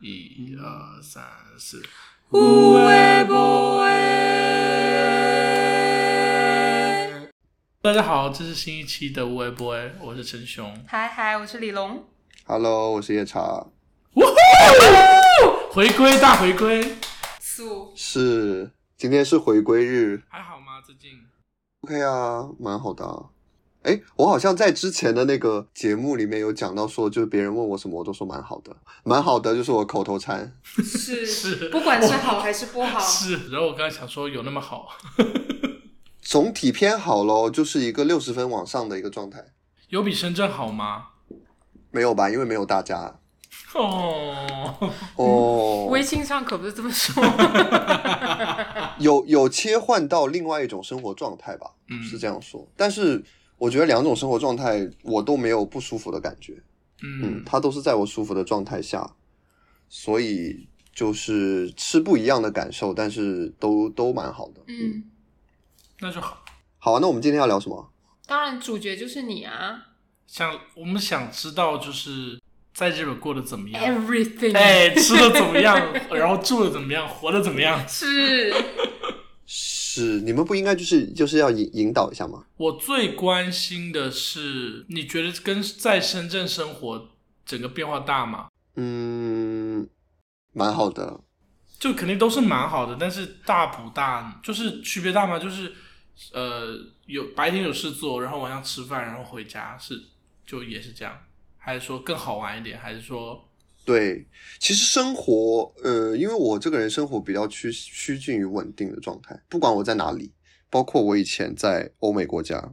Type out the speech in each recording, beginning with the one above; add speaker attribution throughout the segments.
Speaker 1: 一二三四，
Speaker 2: 有诶无诶。
Speaker 1: 大家好，这是新一期的无微不微，我是陈雄。
Speaker 2: 嗨嗨，我是李龙。
Speaker 3: Hello，我是夜叉，
Speaker 1: 回归大回归，
Speaker 2: 素
Speaker 3: 是今天是回归日
Speaker 1: 还好吗？最近
Speaker 3: ，OK 啊，蛮好的啊。哎，我好像在之前的那个节目里面有讲到说，就是别人问我什么，我都说蛮好的，蛮好的就是我口头禅。
Speaker 2: 是
Speaker 1: 是
Speaker 2: 不管是好还是不好，
Speaker 1: 是，然后我刚才想说有那么好，
Speaker 3: 总体偏好咯，就是一个六十分往上的一个状态，
Speaker 1: 有比深圳好吗？
Speaker 3: 没有吧？因为没有大家
Speaker 1: 哦，
Speaker 3: 哦，
Speaker 2: 微信上可不是这么 说。
Speaker 3: 有有切换到另外一种生活状态吧，
Speaker 1: 嗯
Speaker 3: 是这样说。但是我觉得两种生活状态我都没有不舒服的感觉，嗯，
Speaker 1: 嗯，
Speaker 3: 它都是在我舒服的状态下，所以就是吃不一样的感受，但是都都蛮好的。
Speaker 2: 嗯，
Speaker 1: 那就好。
Speaker 3: 好啊，那我们今天要聊什么？
Speaker 2: 当然主角就是你啊
Speaker 1: 想我们想知道就是在日本过得怎么样？
Speaker 2: ，everything、
Speaker 1: 哎，吃的怎么样？然后住的怎么样？活的怎么样？
Speaker 2: 是
Speaker 3: 是你们不应该就是就是要引引导一下吗？
Speaker 1: 我最关心的是，你觉得跟在深圳生活整个变化大吗？
Speaker 3: 嗯，蛮好的。
Speaker 1: 就肯定都是蛮好的，但是大不大？就是区别大吗？就是呃，有白天有事做，然后晚上吃饭，然后回家是就也是这样，还是说更好玩一点？还是说
Speaker 3: 对，其实生活，呃，因为我这个人生活比较趋趋近于稳定的状态，不管我在哪里，包括我以前在欧美国家，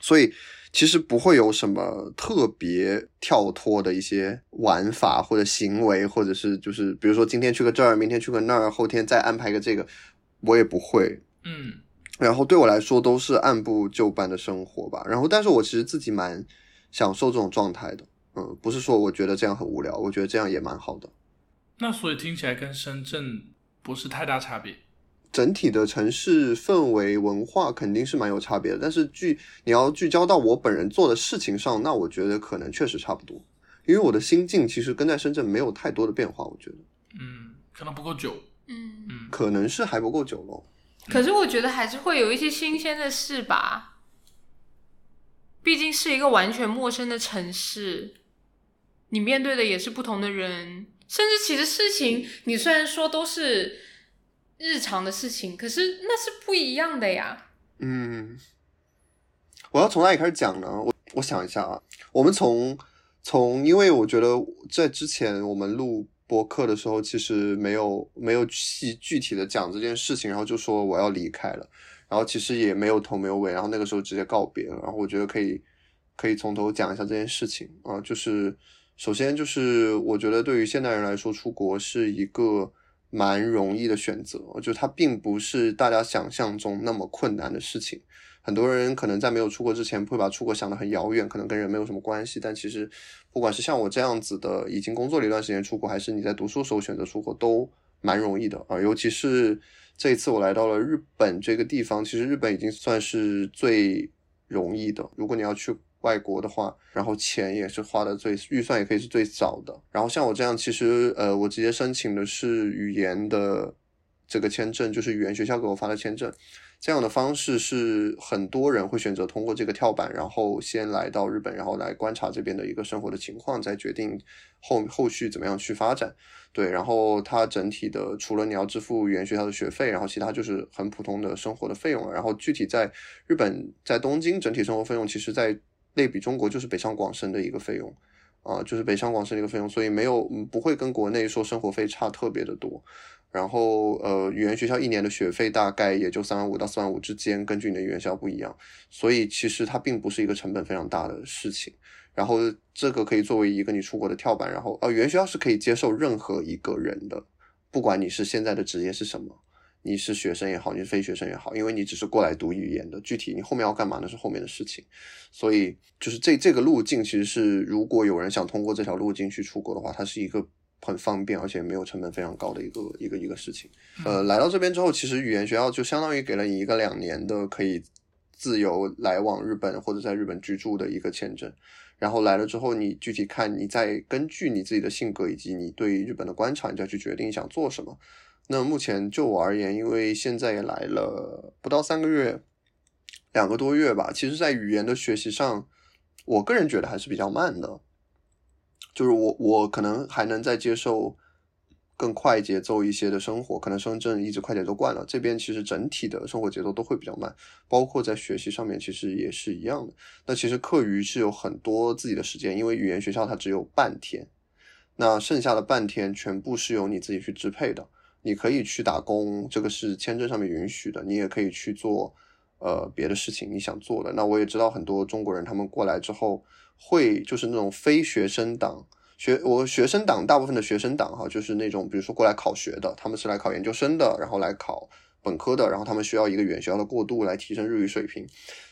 Speaker 3: 所以其实不会有什么特别跳脱的一些玩法或者行为，或者是就是比如说今天去个这儿，明天去个那儿，后天再安排个这个，我也不会。
Speaker 1: 嗯
Speaker 3: 然后对我来说都是按部就班的生活吧。然后，但是我其实自己蛮享受这种状态的。嗯，不是说我觉得这样很无聊，我觉得这样也蛮好的。
Speaker 1: 那所以听起来跟深圳不是太大差别？
Speaker 3: 整体的城市氛围、文化肯定是蛮有差别的，但是聚你要聚焦到我本人做的事情上，那我觉得可能确实差不多，因为我的心境其实跟在深圳没有太多的变化，我觉得
Speaker 1: 嗯，可能不够久。
Speaker 2: 嗯，
Speaker 1: 嗯，
Speaker 3: 可能是还不够久咯。
Speaker 2: 可是我觉得还是会有一些新鲜的事吧，毕竟是一个完全陌生的城市，你面对的也是不同的人，甚至其实事情你虽然说都是日常的事情，可是那是不一样的呀。
Speaker 3: 嗯，我要从哪里开始讲呢？我我想一下啊，我们从从，因为我觉得在之前我们录播客的时候，其实没有没有细具体的讲这件事情，然后就说我要离开了，然后其实也没有头没有尾，然后那个时候直接告别了，然后我觉得可以可以从头讲一下这件事情啊，就是首先就是我觉得对于现代人来说，出国是一个蛮容易的选择，就它并不是大家想象中那么困难的事情。很多人可能在没有出国之前会把出国想得很遥远，可能跟人没有什么关系。但其实，不管是像我这样子的，已经工作了一段时间出国，还是你在读书时候选择出国，都蛮容易的啊。尤其是这一次我来到了日本这个地方，其实日本已经算是最容易的。如果你要去外国的话，然后钱也是花的最，预算也可以是最少的。然后像我这样，其实呃，我直接申请的是语言的这个签证，就是语言学校给我发的签证。这样的方式是很多人会选择通过这个跳板，然后先来到日本，然后来观察这边的一个生活的情况，再决定后后续怎么样去发展。对，然后它整体的除了你要支付语言学校的学费，然后其他就是很普通的生活的费用了。然后具体在日本在东京整体生活费用，其实在类比中国就是北上广深的一个费用。啊、就是北上广深的一个费用，所以没有嗯不会跟国内说生活费差特别的多。然后呃，语言学校一年的学费大概也就三万五到四万五之间，根据你的语言学校不一样，所以其实它并不是一个成本非常大的事情。然后这个可以作为一个你出国的跳板，然后呃，语言学校是可以接受任何一个人的，不管你是现在的职业是什么，你是学生也好，你是非学生也好，因为你只是过来读语言的，具体你后面要干嘛那是后面的事情。所以就是这这个路径其实是，如果有人想通过这条路径去出国的话，它是一个很方便而且没有成本非常高的一个一个一个事情。呃，来到这边之后，其实语言学校就相当于给了你一个两年的可以自由来往日本或者在日本居住的一个签证。然后来了之后，你具体看，你再根据你自己的性格以及你对日本的观察，你再去决定想做什么。那目前就我而言，因为现在也来了不到三个月，两个多月吧，其实在语言的学习上，我个人觉得还是比较慢的。就是我我可能还能再接受更快节奏一些的生活，可能深圳一直快节奏惯了，这边其实整体的生活节奏都会比较慢，包括在学习上面其实也是一样的。那其实课余是有很多自己的时间，因为语言学校它只有半天，那剩下的半天全部是由你自己去支配的。你可以去打工，这个是签证上面允许的，你也可以去做呃别的事情你想做的。那我也知道很多中国人他们过来之后。会就是那种非学生党学，我学生党大部分的学生党哈，就是那种比如说过来考学的，他们是来考研究生的，然后来考本科的，然后他们需要一个远学校的过渡来提升日语水平。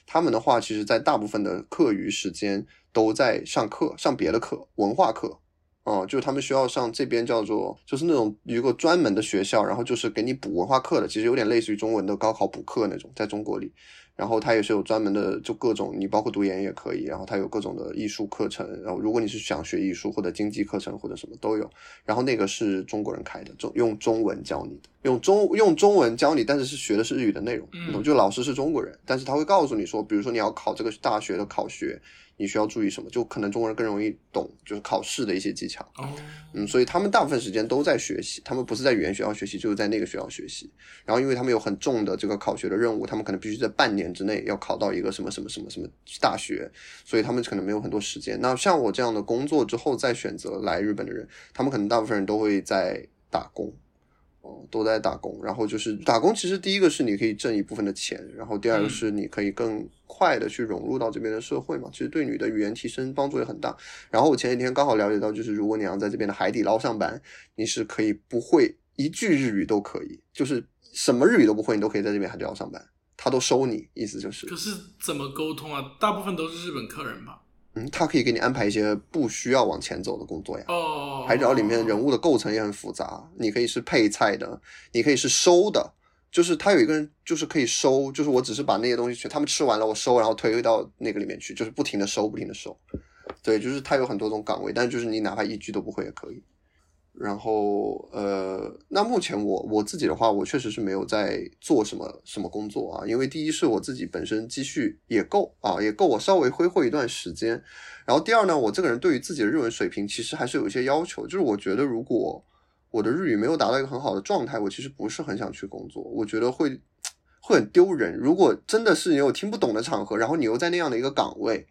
Speaker 3: 他们的话，其实在大部分的课余时间都在上课，上别的课，文化课。哦、嗯，就是他们需要上这边叫做，就是那种有一个专门的学校，然后就是给你补文化课的，其实有点类似于中文的高考补课那种，在中国里。然后它也是有专门的，就各种你包括读研也可以，然后它有各种的艺术课程，然后如果你是想学艺术或者经济课程或者什么都有，然后那个是中国人开的，中用中文教你的，用中用中文教你，但是是学的是日语的内容，你懂？就老师是中国人，但是他会告诉你说，比如说你要考这个大学的考学，你需要注意什么，就可能中国人更容易懂就是考试的一些技巧，
Speaker 1: 哦，
Speaker 3: 嗯，所以他们大部分时间都在学习，他们不是在语言学校学习，就是在那个学校学习。然后，因为他们有很重的这个考学的任务，他们可能必须在半年之内要考到一个什么什么什么什么大学，所以他们可能没有很多时间。那像我这样的工作之后再选择来日本的人，他们可能大部分人都会在打工，哦、都在打工。然后就是打工，其实第一个是你可以挣一部分的钱，然后第二个是你可以更快的去融入到这边的社会嘛，其实对你的语言提升帮助也很大。然后我前几天刚好了解到，就是如果你要在这边的海底捞上班，你是可以不会一句日语都可以，就是什么日语都不会，你都可以在这边海底捞上班，他都收你，意思就是
Speaker 1: 可，是怎么沟通啊？大部分都是日本客人吧？
Speaker 3: 嗯，他可以给你安排一些不需要往前走的工作呀。
Speaker 1: 哦，
Speaker 3: 海底捞里面人物的构成也很复杂，你可以是配菜的，你可以是收的，就是他有一个人就是可以收，就是我只是把那些东西全他们吃完了，我收，然后推到那个里面去，就是不停的收，不停的收。对，就是他有很多种岗位，但就是你哪怕一句都不会也可以。然后呃，那目前我我自己的话，我确实是没有在做什么什么工作啊，因为第一是我自己本身积蓄也够啊，也够我稍微挥霍一段时间。然后第二呢，我这个人对于自己的日文水平其实还是有一些要求，就是我觉得如果我的日语没有达到一个很好的状态，我其实不是很想去工作，我觉得会会很丢人。如果真的是你有听不懂的场合，然后你又在那样的一个岗位，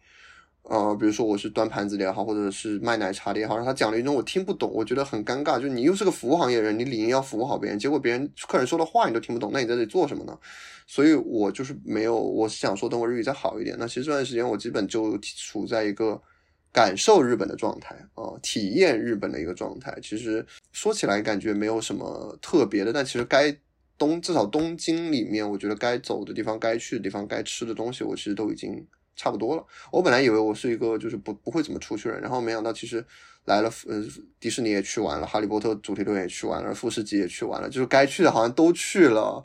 Speaker 3: 呃，比如说我是端盘子的也好，或者是卖奶茶的也好，然后他讲了一种我听不懂，我觉得很尴尬。就是你又是个服务行业人，你理应要服务好别人，结果别人客人说的话你都听不懂，那你在这里做什么呢？所以我就是没有，我是想说等我日语再好一点。那其实这段时间我基本就处在一个感受日本的状态啊、呃体验日本的一个状态。其实说起来感觉没有什么特别的，但其实该东至少东京里面，我觉得该走的地方、该去的地方、该吃的东西，我其实都已经差不多了。我本来以为我是一个就是不不会怎么出去的人，然后没想到其实来了，呃，迪士尼也去完了，哈利波特主题乐园也去完了，富士急也去完了，就是该去的好像都去了。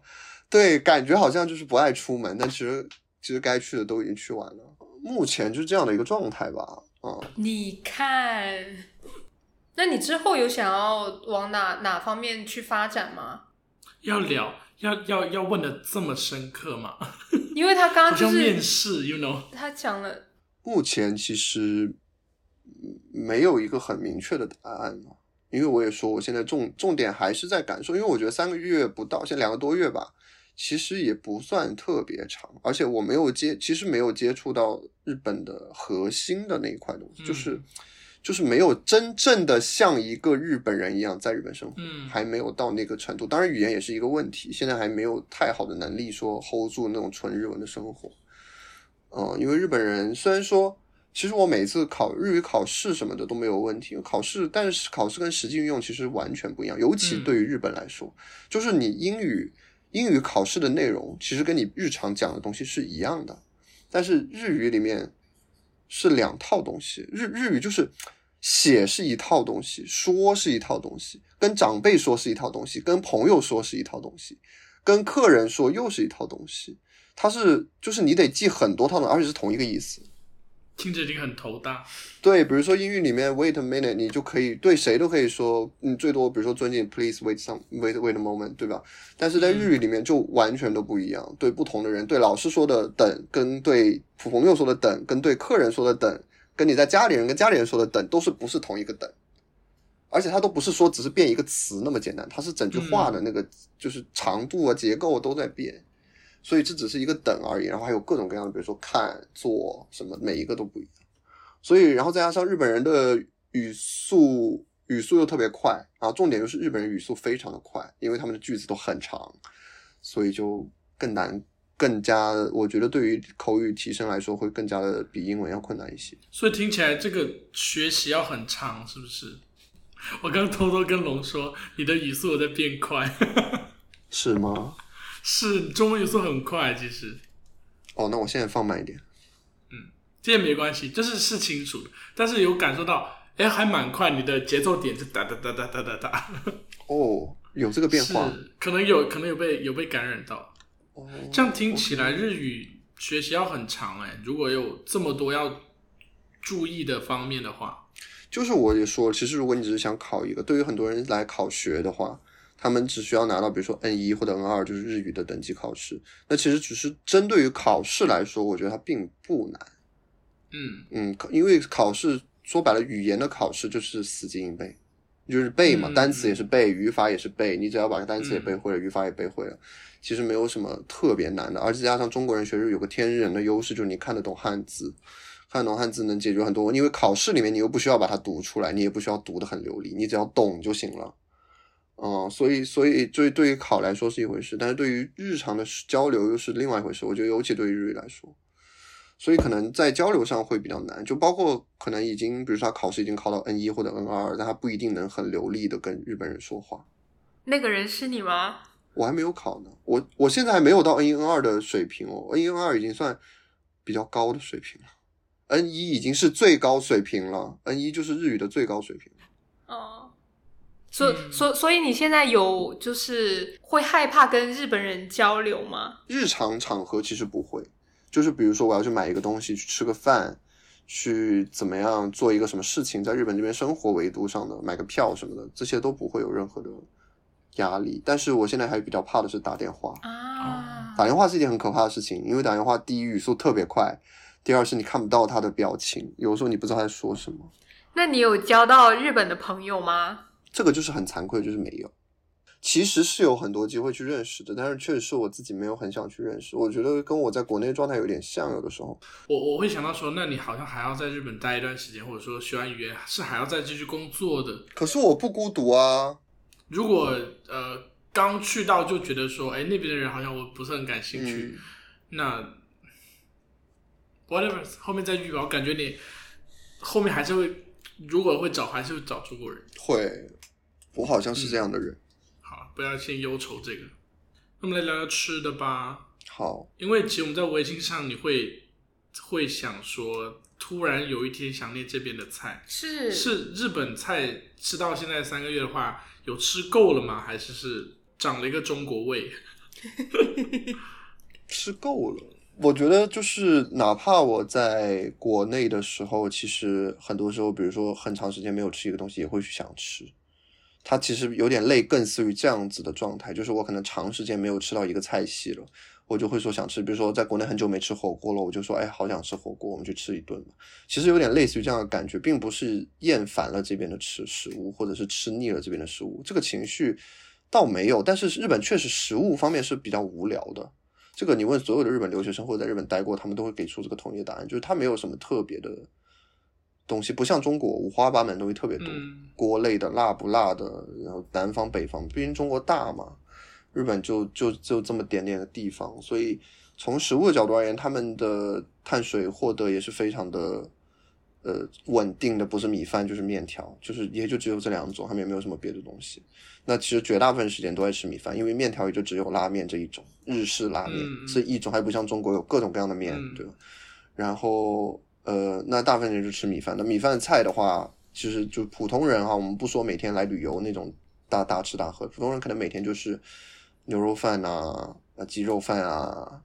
Speaker 3: 对，感觉好像就是不爱出门，但其实其实该去的都已经去完了。目前就是这样的一个状态吧，啊、
Speaker 2: 你看，那你之后有想要往哪哪方面去发展吗？
Speaker 1: 要聊，要要要问的这么深刻吗？
Speaker 2: 因为他刚
Speaker 1: 好
Speaker 2: 刚啊就
Speaker 1: 像面
Speaker 2: 是
Speaker 1: 试，you know？
Speaker 2: 他讲了，
Speaker 3: 目前其实嗯没有一个很明确的答案嘛，因为我也说我现在重重点还是在感受，因为我觉得三个月不到，现在两个多月吧，其实也不算特别长，而且我没有接，其实没有接触到日本的核心的那一块东西，就是
Speaker 1: 嗯
Speaker 3: 就是没有真正的像一个日本人一样在日本生活。
Speaker 1: 嗯，
Speaker 3: 还没有到那个程度。当然，语言也是一个问题，现在还没有太好的能力说 hold 住那种纯日文的生活。嗯，因为日本人虽然说，其实我每次考日语考试什么的都没有问题，考试，但是考试跟实际运用其实完全不一样，尤其
Speaker 1: 嗯
Speaker 3: 对于日本来说，就是你英语英语考试的内容其实跟你日常讲的东西是一样的，但是日语里面是两套东西，日日语就是写是一套东西，说是一套东西，跟长辈说是一套东西，跟朋友说是一套东西，跟客人说又是一套东西，它是就是你得记很多套的，而且是同一个意思。
Speaker 1: 听着已经很头大。
Speaker 3: 对，比如说英语里面 wait a minute，你就可以对谁都可以说，你最多比如说尊敬 please wait some wait wait a moment，对吧？但是在日语里面就完全都不一样，对不同的人，对老师说的等，跟对普朋友说的等，跟对客人说的等，跟你在家里人跟家里人说的等，都是不是同一个等。而且它都不是说只是变一个词那么简单，它是整句话的那个就是长度啊、结构都在变，所以这只是一个等而已。然后还有各种各样的，比如说看、做什么，每一个都不一样。所以，然后再加上日本人的语速，语速又特别快，然后重点就是日本人语速非常的快，因为他们的句子都很长，所以就更难，更加我觉得对于口语提升来说会更加的比英文要困难一些。
Speaker 1: 所以听起来这个学习要很长，是不是？我刚偷偷跟龙说，你的语速有在变快，
Speaker 3: 是吗？
Speaker 1: 是你中文语速很快，其实
Speaker 3: 哦，那我现在放慢一点。
Speaker 1: 这也没关系，就是是清楚的，但是有感受到，哎，还蛮快，你的节奏点就哒哒哒哒哒哒哒，
Speaker 3: 哦，有这个变化。
Speaker 1: 是可能有可能有被有被感染到。
Speaker 3: 哦，
Speaker 1: 这样听起来日语学习要很长哎，如果有这么多要注意的方面的话，
Speaker 3: 就是我也说，其实如果你只是想考一个，对于很多人来考学的话，他们只需要拿到比如说 N 一或者 N 二，就是日语的等级考试。那其实只是针对于考试来说，我觉得它并不难。
Speaker 1: 嗯，
Speaker 3: 嗯，考因为考试说白了，语言的考试就是死记硬背，就是背嘛，
Speaker 1: 嗯
Speaker 3: 单词也是背，语法也是背，你只要把单词也
Speaker 1: 嗯
Speaker 3: 背会了，语法也背会了，其实没有什么特别难的。而且加上中国人学日语有个天然的优势，就是你看得懂汉字，看得懂汉字能解决很多问题。因为考试里面你又不需要把它读出来，你也不需要读得很流利，你只要懂就行了。嗯，所以所以对对于考来说是一回事，但是对于日常的交流又是另外一回事。我觉得尤其对于日语来说，所以可能在交流上会比较难，就包括可能已经，比如说他考试已经考到 N 一或者 N 二，但他不一定能很流利的跟日本人说话。
Speaker 2: 那个人是你吗？
Speaker 3: 我还没有考呢，我我现在还没有到 N 一 N 二的水平哦，N 一 N 二已经算比较高的水平了，N 一已经是最高水平了，N 一就是日语的最高水平。
Speaker 2: 哦，所
Speaker 1: 嗯
Speaker 2: 所所以你现在有就是会害怕跟日本人交流吗？
Speaker 3: 日常场合其实不会，就是比如说我要去买一个东西，去吃个饭，去怎么样做一个什么事情，在日本这边生活维度上的买个票什么的，这些都不会有任何的压力。但是我现在还比较怕的是打电话，
Speaker 2: 啊，
Speaker 3: 打电话是一件很可怕的事情，因为打电话第一语速特别快，第二是你看不到他的表情，有的时候你不知道他在说什么。
Speaker 2: 那你有交到日本的朋友吗？
Speaker 3: 这个就是很惭愧，就是没有。其实是有很多机会去认识的，但是确实是我自己没有很想去认识。我觉得跟我在国内状态有点像，有的时候。
Speaker 1: 我我会想到说，那你好像还要在日本待一段时间，或者说学完语言是还要再继续工作的。
Speaker 3: 可是我不孤独啊，
Speaker 1: 如果呃刚去到就觉得说，哎那边的人好像我不是很感兴趣，
Speaker 3: 嗯
Speaker 1: 那 whatever 后面再遇吧。我感觉你后面还是会，如果会找还是会找中国人。
Speaker 3: 会，我好像是这样的人。
Speaker 1: 好，不要先忧愁这个。那么来聊聊吃的吧，
Speaker 3: 好，
Speaker 1: 因为其实我们在微信上你会会想说，突然有一天想念这边的菜，
Speaker 2: 是
Speaker 1: 是日本菜吃到现在三个月的话，有吃够了吗？还是是长了一个中国味？
Speaker 3: 吃够了。我觉得就是，哪怕我在国内的时候，其实很多时候，比如说很长时间没有吃一个东西，也会去想吃。它其实有点类更似于这样子的状态，就是我可能长时间没有吃到一个菜系了，我就会说想吃。比如说在国内很久没吃火锅了，我就说哎，好想吃火锅，我们去吃一顿吧。其实有点类似于这样的感觉，并不是厌烦了这边的吃食物，或者是吃腻了这边的食物，这个情绪倒没有。但是日本确实食物方面是比较无聊的，这个你问所有的日本留学生或者在日本待过，他们都会给出这个统一的答案，就是它没有什么特别的东西，不像中国五花八门的东西特别多，
Speaker 1: 嗯
Speaker 3: 锅类的、辣不辣的，然后南方北方，毕竟中国大嘛，日本就就就这么点点的地方，所以从食物的角度而言，他们的碳水获得也是非常的。呃，稳定的不是米饭就是面条，就是也就只有这两种，他们也没有什么别的东西。那其实绝大部分时间都在吃米饭，因为面条也就只有拉面这一种，日式拉面
Speaker 1: 嗯
Speaker 3: 是一种，还不像中国有各种各样的面，
Speaker 1: 嗯
Speaker 3: 对吧？然后呃，那大部分人就吃米饭。那米饭菜的话，其实就普通人哈，我们不说每天来旅游那种大大吃大喝，呃普通人可能每天就是牛肉饭呐、啊、鸡肉饭啊、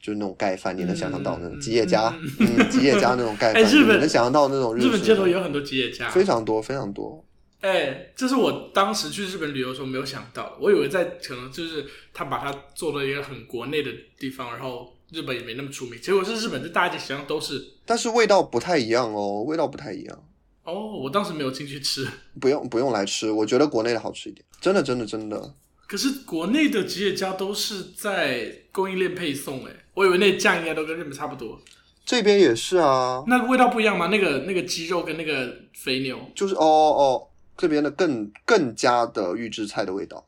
Speaker 3: 就是那种盖饭，你能想象到那
Speaker 1: 嗯
Speaker 3: 种
Speaker 1: 嗯
Speaker 3: 吉野 家，
Speaker 1: 嗯
Speaker 3: 嗯，吉野家那种盖
Speaker 1: 哎
Speaker 3: 饭，
Speaker 1: 日
Speaker 3: 你
Speaker 1: 本
Speaker 3: 能想象到那种
Speaker 1: 日
Speaker 3: 式
Speaker 1: 本街头有很多吉野家，
Speaker 3: 非常多非常多，
Speaker 1: 哎，这是我当时去日本旅游的时候没有想到的，我以为在可能就是他把它做了一个很国内的地方，然后日本也没那么出名，结果是日本在大街小巷都是。
Speaker 3: 但是味道不太一样哦，味道不太一样，
Speaker 1: 哦，我当时没有进去吃，
Speaker 3: 不用不用来吃，我觉得国内的好吃一点，真的真的真的，
Speaker 1: 可是国内的吉野家都是在供应链配送，哎，我以为那酱应该都跟日本差不多，
Speaker 3: 这边也是啊，
Speaker 2: 哦
Speaker 1: 那味道不一样吗？那个那个鸡肉跟那个肥牛，
Speaker 3: 就是哦哦哦，这边的更更加的预制菜的味道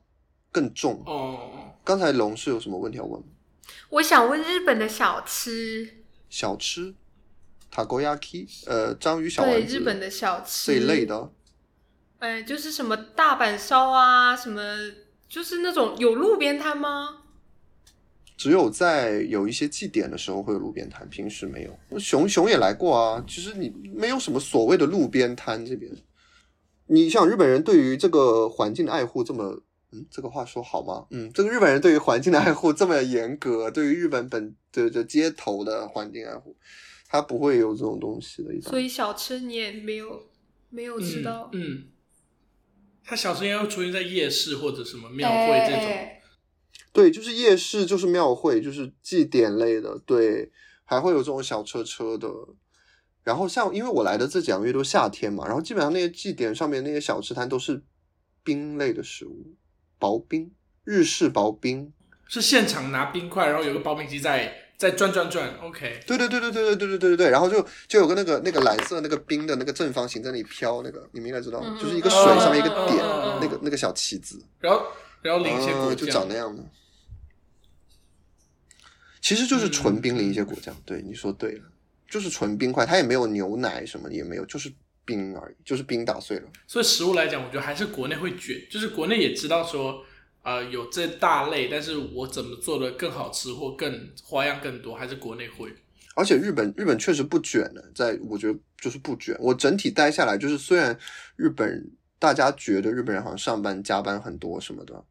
Speaker 3: 更重。
Speaker 1: 哦，
Speaker 3: 刚才龙是有什么问题要问吗？
Speaker 2: 我想问日本的小吃，
Speaker 3: 小吃，takoyaki，呃，章鱼小
Speaker 2: 对
Speaker 3: 丸子
Speaker 2: 日本的小吃
Speaker 3: 这一类，的，
Speaker 2: 哎，就是什么大阪烧啊，什么就是那种有路边摊吗？
Speaker 3: 只有在有一些祭典的时候会有路边摊，平时没有。熊熊也来过啊，其实你没有什么所谓的路边摊这边。你像日本人对于这个环境的爱护这么，嗯，这个话说好吗？嗯，这个日本人对于环境的爱护这么严格，对于日本本的的街头的环境爱护，他不会有这种东西的。一般
Speaker 2: 所以小吃你也没有没有吃到，
Speaker 1: 嗯，嗯，它小时候应该会出现在夜市或者什么庙会这种。
Speaker 2: 哎
Speaker 3: 对，就是夜市，就是庙会，就是祭典类的，对，还会有这种小车车的。然后像因为我来的这几个月都是夏天嘛，然后基本上那些祭典上面那些小吃摊都是冰类的食物，薄冰，日式薄冰。
Speaker 1: 是现场拿冰块，然后有个刨冰机在在转转转。OK，
Speaker 3: 对对对对对对对对对对对，然后就就有个那个那个蓝色那个冰的那个正方形在那里飘，那个你们应该知道，
Speaker 2: 嗯
Speaker 3: 就是一个水上面一个
Speaker 1: 嗯嗯嗯
Speaker 3: 点，
Speaker 1: 嗯嗯
Speaker 3: 那个那个小旗子。
Speaker 1: 然后然后淋一些果
Speaker 3: 啊，就长
Speaker 1: 酱
Speaker 3: 那。样的。其实就是纯冰淋一些果
Speaker 1: 嗯
Speaker 3: 酱，对，你说对了，就是纯冰块，它也没有牛奶什么，也没有，就是冰而已，就是冰打碎了。
Speaker 1: 所以食物来讲，我觉得还是国内会卷，就是国内也知道说，呃，有这大类，但是我怎么做的更好吃或更花样更多，还是国内会。
Speaker 3: 而且日本日本确实不卷呢，在我觉得就是不卷。我整体待下来，就是虽然日本大家觉得日本人好像上班加班很多什么的，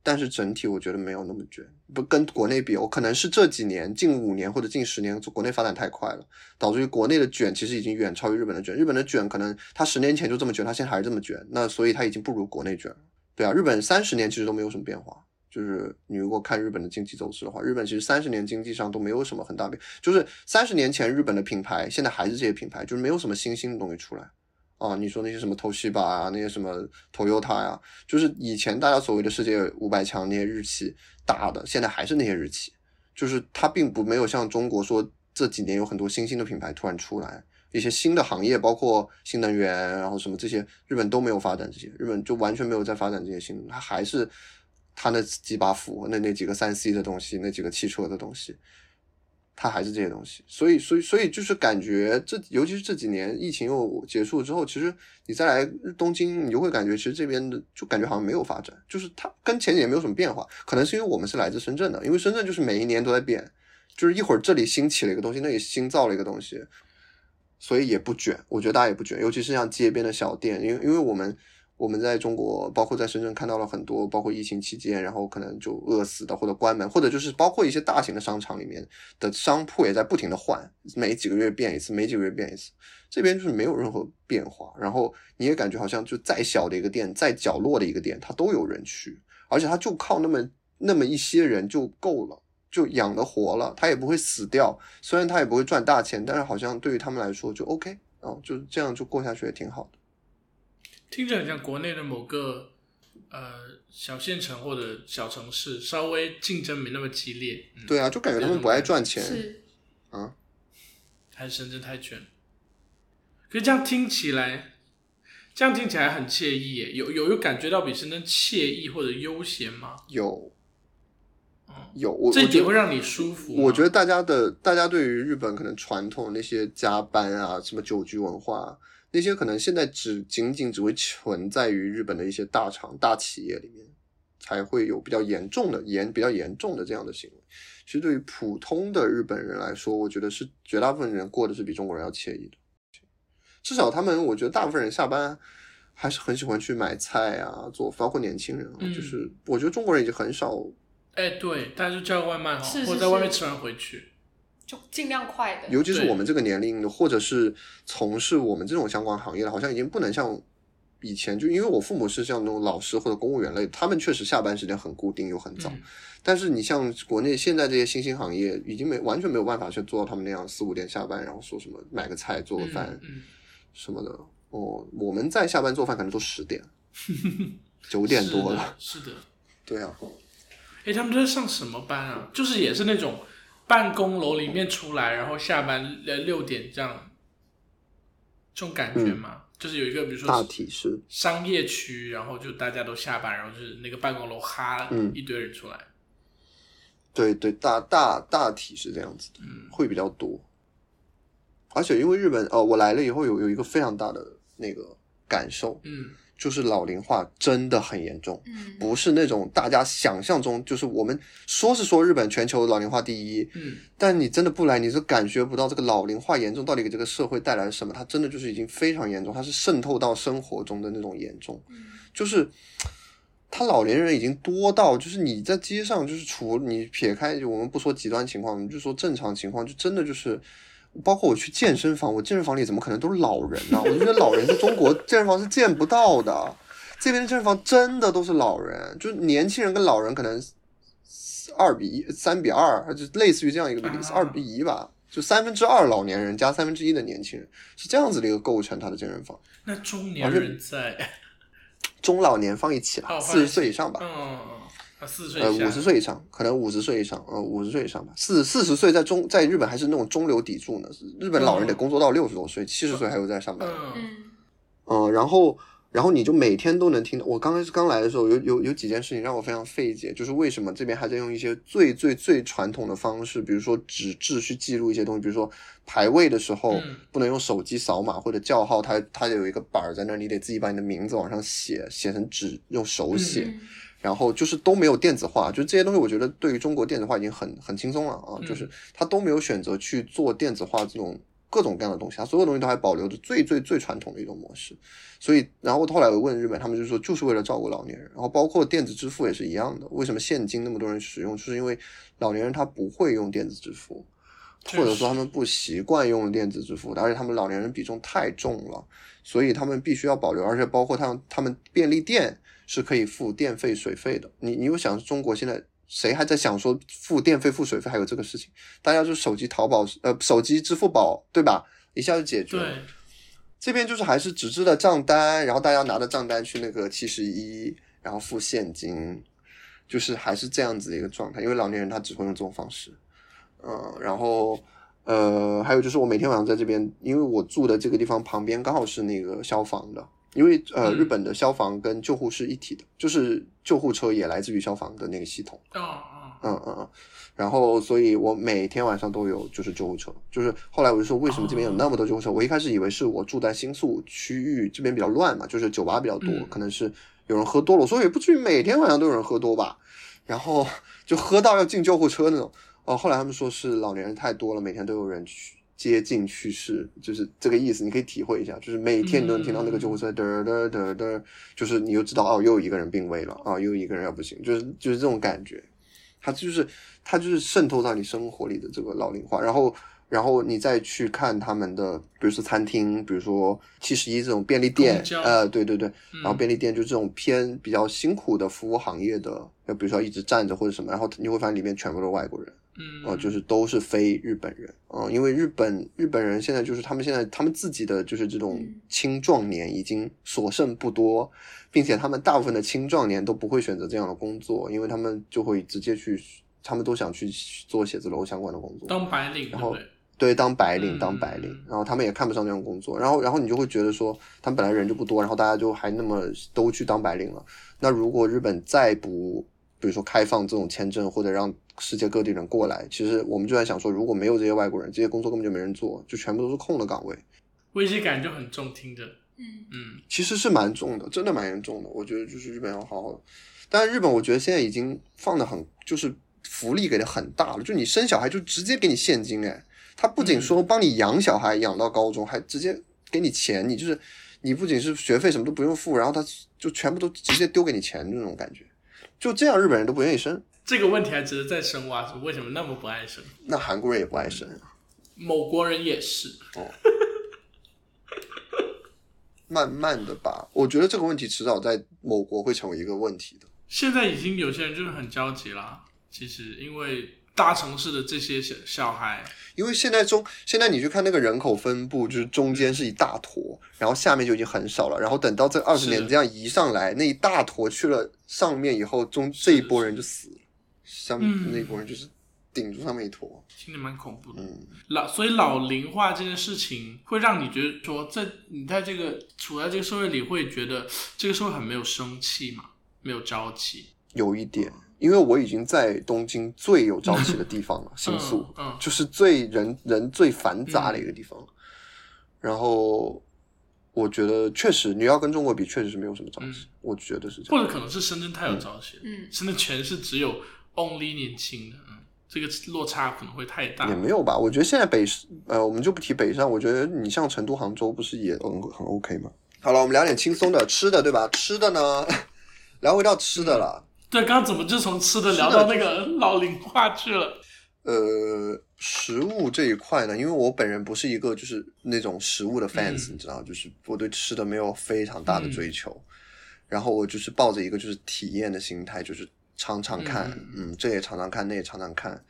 Speaker 3: 但是整体我觉得没有那么卷。不跟国内比，我可能是这几年近五年或者近十年，国内发展太快了，导致于国内的卷其实已经远超于日本的卷。日本的卷可能它十年前就这么卷，它现在还是这么卷，那所以它已经不如国内卷了。对啊，日本三十年其实都没有什么变化。就是你如果看日本的经济走势的话，日本其实三十年经济上都没有什么很大变，就是三十年前日本的品牌现在还是这些品牌，就是没有什么新兴的东西出来。啊，你说那些什么 Toshiba 啊，那些什么 Toyota 呀、就是以前大家所谓的世界五百强那些日企大的，现在还是那些日企，就是它并不没有像中国说这几年有很多新兴的品牌突然出来，啊一些新的行业，包括新能源，然后什么这些，日本都没有发展这些，日本就完全没有在发展这些新，它还是它那几把斧，那那几个三 C 的东西，那几个汽车的东西，它还是这些东西。所以，所以，所以就是感觉这，尤其是这几年疫情又结束之后，其实你再来东京，你就会感觉其实这边的就感觉好像没有发展，就是它跟前几年没有什么变化。可能是因为我们是来自深圳的，因为深圳就是每一年都在变，就是一会儿这里兴起了一个东西，那里新造了一个东西，所以也不卷。我觉得大家也不卷，尤其是像街边的小店，因为因为我们。我们在中国，包括在深圳看到了很多，包括疫情期间，然后可能就饿死的，或者关门，或者就是包括一些大型的商场里面，的商铺也在不停的换，每几个月变一次，每几个月变一次。这边就是没有任何变化，然后你也感觉好像就再小的一个店，再角落的一个店，它都有人去，而且它就靠那么那么一些人就够了，就养得活了，它也不会死掉。虽然它也不会赚大钱，但是好像对于他们来说就 OK，嗯，就这样就过下去也挺好
Speaker 1: 嗯
Speaker 3: 的。
Speaker 1: 听着很像国内的某个呃小县城或者小城市，稍微竞争没那么激烈。嗯、
Speaker 3: 对啊，就感觉他们不爱赚钱
Speaker 2: 是
Speaker 3: 啊。
Speaker 1: 还是深圳太卷。可是这样听起来，这样听起来很惬意耶，有有有感觉到比深圳惬意或者悠闲吗？
Speaker 3: 有
Speaker 1: 嗯，
Speaker 3: 有我
Speaker 1: 这一
Speaker 3: 我觉
Speaker 1: 点
Speaker 3: 得
Speaker 1: 会让你舒服吗
Speaker 3: 我觉得大家的大家对于日本可能传统那些加班啊，什么酒局文化、啊、那些，可能现在只仅仅只会存在于日本的一些大厂、大企业里面，才会有比较严重的严比较严重的这样的行为。其实对于普通的日本人来说，我觉得是绝大部分人过的是比中国人要惬意的。至少他们，我觉得大部分人下班还是很喜欢去买菜啊、做，包括年轻人啊，
Speaker 1: 嗯
Speaker 3: 就是我觉得中国人已经很少
Speaker 1: 哎，对，大家就叫个外卖哈，
Speaker 2: 是是
Speaker 1: 或者在外面
Speaker 2: 是
Speaker 1: 吃完回去。
Speaker 2: 就尽量快的。
Speaker 3: 尤其是
Speaker 1: 对
Speaker 3: 我们这个年龄，或者是从事我们这种相关行业的，好像已经不能像以前，就因为我父母是像那种老师或者公务员类，他们确实下班时间很固定又很早。
Speaker 1: 嗯
Speaker 3: 但是你像国内现在这些新兴行业，已经没完全没有办法去做到他们那样四五点下班，然后说什么买个菜做个饭
Speaker 1: 嗯嗯，
Speaker 3: 什么的。哦，我们在下班做饭可能都十点、九点多了。
Speaker 1: 是的。是的
Speaker 3: 对啊，
Speaker 1: 哎，他们都在上什么班啊？就是也是那种办公楼里面出来，然后下班呃六点这样，这种感觉嘛。就是有一个比如
Speaker 3: 嗯大
Speaker 1: 说
Speaker 3: 体是
Speaker 1: 商业区，然后就大家都下班，然后就是那个办公楼哈、
Speaker 3: 嗯
Speaker 1: 一堆人出来。
Speaker 3: 对对，大大大体是这样子的，
Speaker 1: 嗯
Speaker 3: 会比较多。而且因为日本，呃，我来了以后有有一个非常大的那个感受，
Speaker 1: 嗯
Speaker 3: 就是老龄化真的很严重，
Speaker 2: 嗯，
Speaker 3: 不是那种大家想象中，就是我们说是说日本全球老龄化第一，
Speaker 1: 嗯，
Speaker 3: 但你真的不来，你是感觉不到这个老龄化严重到底给这个社会带来了什么。它真的就是已经非常严重，它是渗透到生活中的那种严重，就是他老年人已经多到，就是你在街上，就是除你撇开我们不说极端情况，你就说正常情况，就真的就是。包括我去健身房，我健身房里怎么可能都是老人呢、我就觉得老人在中国健身房是见不到的，这边的健身房真的都是老人，就是年轻人跟老人可能二比一、三比二，就类似于这样一个比例，是
Speaker 1: 啊
Speaker 3: 二比一吧，就三分之二老年人加三分之一的年轻人，是这样子的一个构成。他的健身房
Speaker 1: 那中年人在
Speaker 3: 中老年放一起啦，
Speaker 1: 哦
Speaker 3: 四十岁以上 吧，
Speaker 1: 嗯啊四十岁
Speaker 3: 呃，
Speaker 1: 以下
Speaker 3: 五十岁以上，可能五十岁以上，呃，五十岁以上吧。四四十岁在中在日本还是那种中流砥柱呢，日本老人得工作到六十多岁、七十岁还有在上班。
Speaker 1: 嗯
Speaker 2: 嗯
Speaker 3: 嗯，然后然后你就每天都能听到。我刚开始刚来的时候，有有有几件事情让我非常费解，就是为什么这边还在用一些最最最传统的方式，比如说纸质去记录一些东西，比如说排位的时候、
Speaker 1: 嗯
Speaker 3: 不能用手机扫码或者叫号，它它有一个板儿在那儿，你得自己把你的名字往上写，写成纸用手写。
Speaker 2: 嗯
Speaker 3: 然后就是都没有电子化，就这些东西，我觉得对于中国电子化已经很很轻松了啊，
Speaker 1: 嗯
Speaker 3: 就是它都没有选择去做电子化这种各种各样的东西，它所有东西都还保留着最最最传统的一种模式。所以，然后后来我问日本，他们就说就是为了照顾老年人，然后包括电子支付也是一样的，为什么现金那么多人使用，就是因为老年人他不会用电子支付，
Speaker 1: 确
Speaker 3: 或者
Speaker 1: 实
Speaker 3: 说他们不习惯用电子支付的，而且他们老年人比重太重了，所以他们必须要保留，而且包括他们他们便利店是可以付电费、水费的。你你有想中国现在谁还在想说付电费、付水费还有这个事情？大家就是手机淘宝呃手机支付宝对吧？一下就解决了。
Speaker 1: 对
Speaker 3: 这边就是还是纸质的账单，然后大家拿着账单去那个七十一，然后付现金，就是还是这样子的一个状态。因为老年人他只会用这种方式，嗯，然后呃，还有就是我每天晚上在这边，因为我住的这个地方旁边刚好是那个消防的，因为呃
Speaker 1: 嗯
Speaker 3: 日本的消防跟救护是一体的，就是救护车也来自于消防的那个系统。
Speaker 1: 哦哦
Speaker 3: 嗯嗯，嗯，然后所以我每天晚上都有就是救护车，就是后来我就说为什么这边有那么多救护车？我一开始以为是我住在新宿区域这边比较乱嘛，就是酒吧比较多，
Speaker 1: 嗯
Speaker 3: 可能是有人喝多了，我说也不至于每天晚上都有人喝多吧，然后就喝到要进救护车那种。哦，后来他们说是老年人太多了，每天都有人去接近去世，就是这个意思，你可以体会一下，就是每天你都能听到那个救护车嘚儿嘚儿嘚儿嘚儿，就是你就知道哦，又有一个人病危了，哦，又有一个人要不行，就是就是这种感觉。它就是它就是渗透到你生活里的这个老龄化，然后然后你再去看他们的，比如说餐厅，比如说七十一这种便利店
Speaker 1: 公交，
Speaker 3: 呃，对对对，
Speaker 1: 嗯
Speaker 3: 然后便利店就这种偏比较辛苦的服务行业的，呃比如说一直站着或者什么，然后你会发现里面全部都是外国人，
Speaker 1: 嗯
Speaker 3: 呃，就是都是非日本人，呃，因为日本日本人现在就是他们现在他们自己的就是这种
Speaker 2: 嗯
Speaker 3: 青壮年已经所剩不多，并且他们大部分的青壮年都不会选择这样的工作，因为他们就会直接去，他们都想去做写字楼相关的工作，
Speaker 1: 当白领，
Speaker 3: 然后
Speaker 1: 对不对
Speaker 3: 对，当白领
Speaker 1: 嗯
Speaker 3: 当白领，然后他们也看不上这种工作，然后然后你就会觉得说，他们本来人就不多，然后大家就还那么都去当白领了，那如果日本再不，比如说开放这种签证，或者让世界各地人过来，其实我们就在想说，如果没有这些外国人，这些工作根本就没人做，就全部都是空的岗位，
Speaker 1: 危机感就很重，听着，
Speaker 2: 嗯
Speaker 1: 嗯
Speaker 3: 其实是蛮重的，真的蛮严重的。我觉得就是日本要好好，但日本我觉得现在已经放的很，就是福利给的很大了，就你生小孩就直接给你现金，哎，他不仅说帮你养小孩养到高中，还直接给你钱，你就是你不仅是学费什么都不用付，然后他就全部都直接丢给你钱那种感觉，就这样日本人都不愿意生。
Speaker 1: 这个问题还值得再深挖，为什么那么不爱生？
Speaker 3: 那韩国人也不爱生，
Speaker 1: 某国人也是，
Speaker 3: 慢慢的吧。我觉得这个问题迟早在某国会成为一个问题的。
Speaker 1: 现在已经有些人就是很焦急啦。其实因为大城市的这些小小孩，
Speaker 3: 因为现在中现在你去看那个人口分布，就是中间是一大坨，然后下面就已经很少了，然后等到这二十
Speaker 1: 是
Speaker 3: 年这样移上来，那一大坨去了上面以后，中这一波人就死了，上
Speaker 1: 嗯
Speaker 3: 那一波人就是顶住上面一坨。
Speaker 1: 听着蛮恐怖的。
Speaker 3: 嗯，
Speaker 1: 老，所以老龄化这件事情会让你觉得说，在你在这个处在这个社会里，会觉得这个社会很没有生气嘛，没有朝气。
Speaker 3: 有一点，因为我已经在东京最有朝气的地方了，新宿。
Speaker 1: 嗯，嗯
Speaker 3: 就是最人人最繁杂的一个地方。然后我觉得确实，你要跟中国比，确实是没有什么朝气，我觉得是这
Speaker 1: 或
Speaker 3: 样。
Speaker 1: 者可能是深圳太有朝气了，
Speaker 2: 嗯，
Speaker 1: 深圳全是只有 only 年轻的，嗯，这个落差可能会太大
Speaker 3: 也。没有吧，我觉得现在北呃，我们就不提北上，我觉得你像成都、杭州不是也很很 OK 吗？好了，我们聊点轻松的，吃的对吧？吃的呢， 聊回到吃的了。
Speaker 1: 对，刚刚怎么就从吃的聊
Speaker 3: 是的
Speaker 1: 到那个老龄化去了？
Speaker 3: 呃，食物这一块呢，因为我本人不是一个就是那种食物的 fans，、你知道，就是我对吃的没有非常大的追求，然后我就是抱着一个就是体验的心态，就是尝尝看，嗯这也尝尝看，那也尝尝看，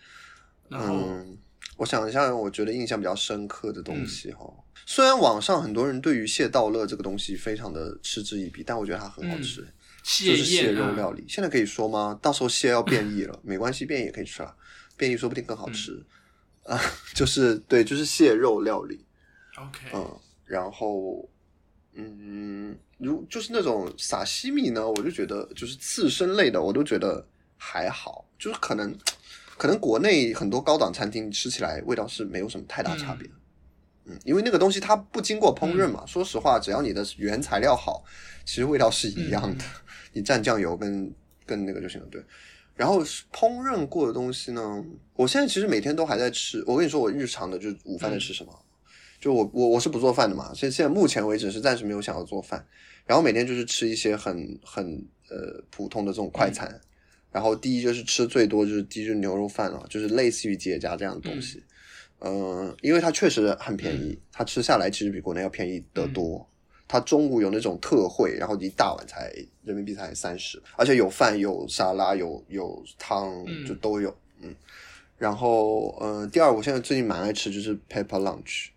Speaker 1: 然后，嗯
Speaker 3: 嗯，我想一下，我觉得印象比较深刻的东西哈、虽然网上很多人对于蟹道乐这个东西非常的嗤之以鼻，但我觉得它很好
Speaker 1: 嗯
Speaker 3: 吃，
Speaker 1: 蟹
Speaker 3: 就是蟹
Speaker 1: 宴
Speaker 3: 肉
Speaker 1: 啊
Speaker 3: 料理。现在可以说吗？到时候蟹要变异 了，没关系，变异也可以吃啊，变异说不定更
Speaker 1: 嗯
Speaker 3: 好吃。 啊，就是对，就是蟹肉料理，
Speaker 1: ，OK，
Speaker 3: 嗯，然后，嗯，如就是那种撒西米呢，我就觉得就是刺身类的，我都觉得还好，就是可能，可能国内很多高档餐厅吃起来味道是没有什么太大差别的，嗯，因为那个东西它不经过烹饪嘛，说实话，只要你的原材料好，其实味道是一样的， 你蘸酱油跟跟那个就行了，对。然后是烹饪过的东西呢，我现在其实每天都还在吃。我跟你说，我日常的就是午饭在吃什么，就我我我是不做饭的嘛，所以现在目前为止是暂时没有想要做饭，然后每天就是吃一些很很呃普通的这种快餐，然后第一就是吃最多就是第一就是牛肉饭了、就是类似于节夹这样的东西，嗯、因为它确实很便宜，它吃下来其实比国内要便宜得多。它中午有那种特惠，然后一大碗才人民币才三十，而且有饭有沙拉有有汤
Speaker 1: 嗯
Speaker 3: 就都有，嗯。然后呃，第二我现在最近蛮爱吃就是 Pepper Lunch，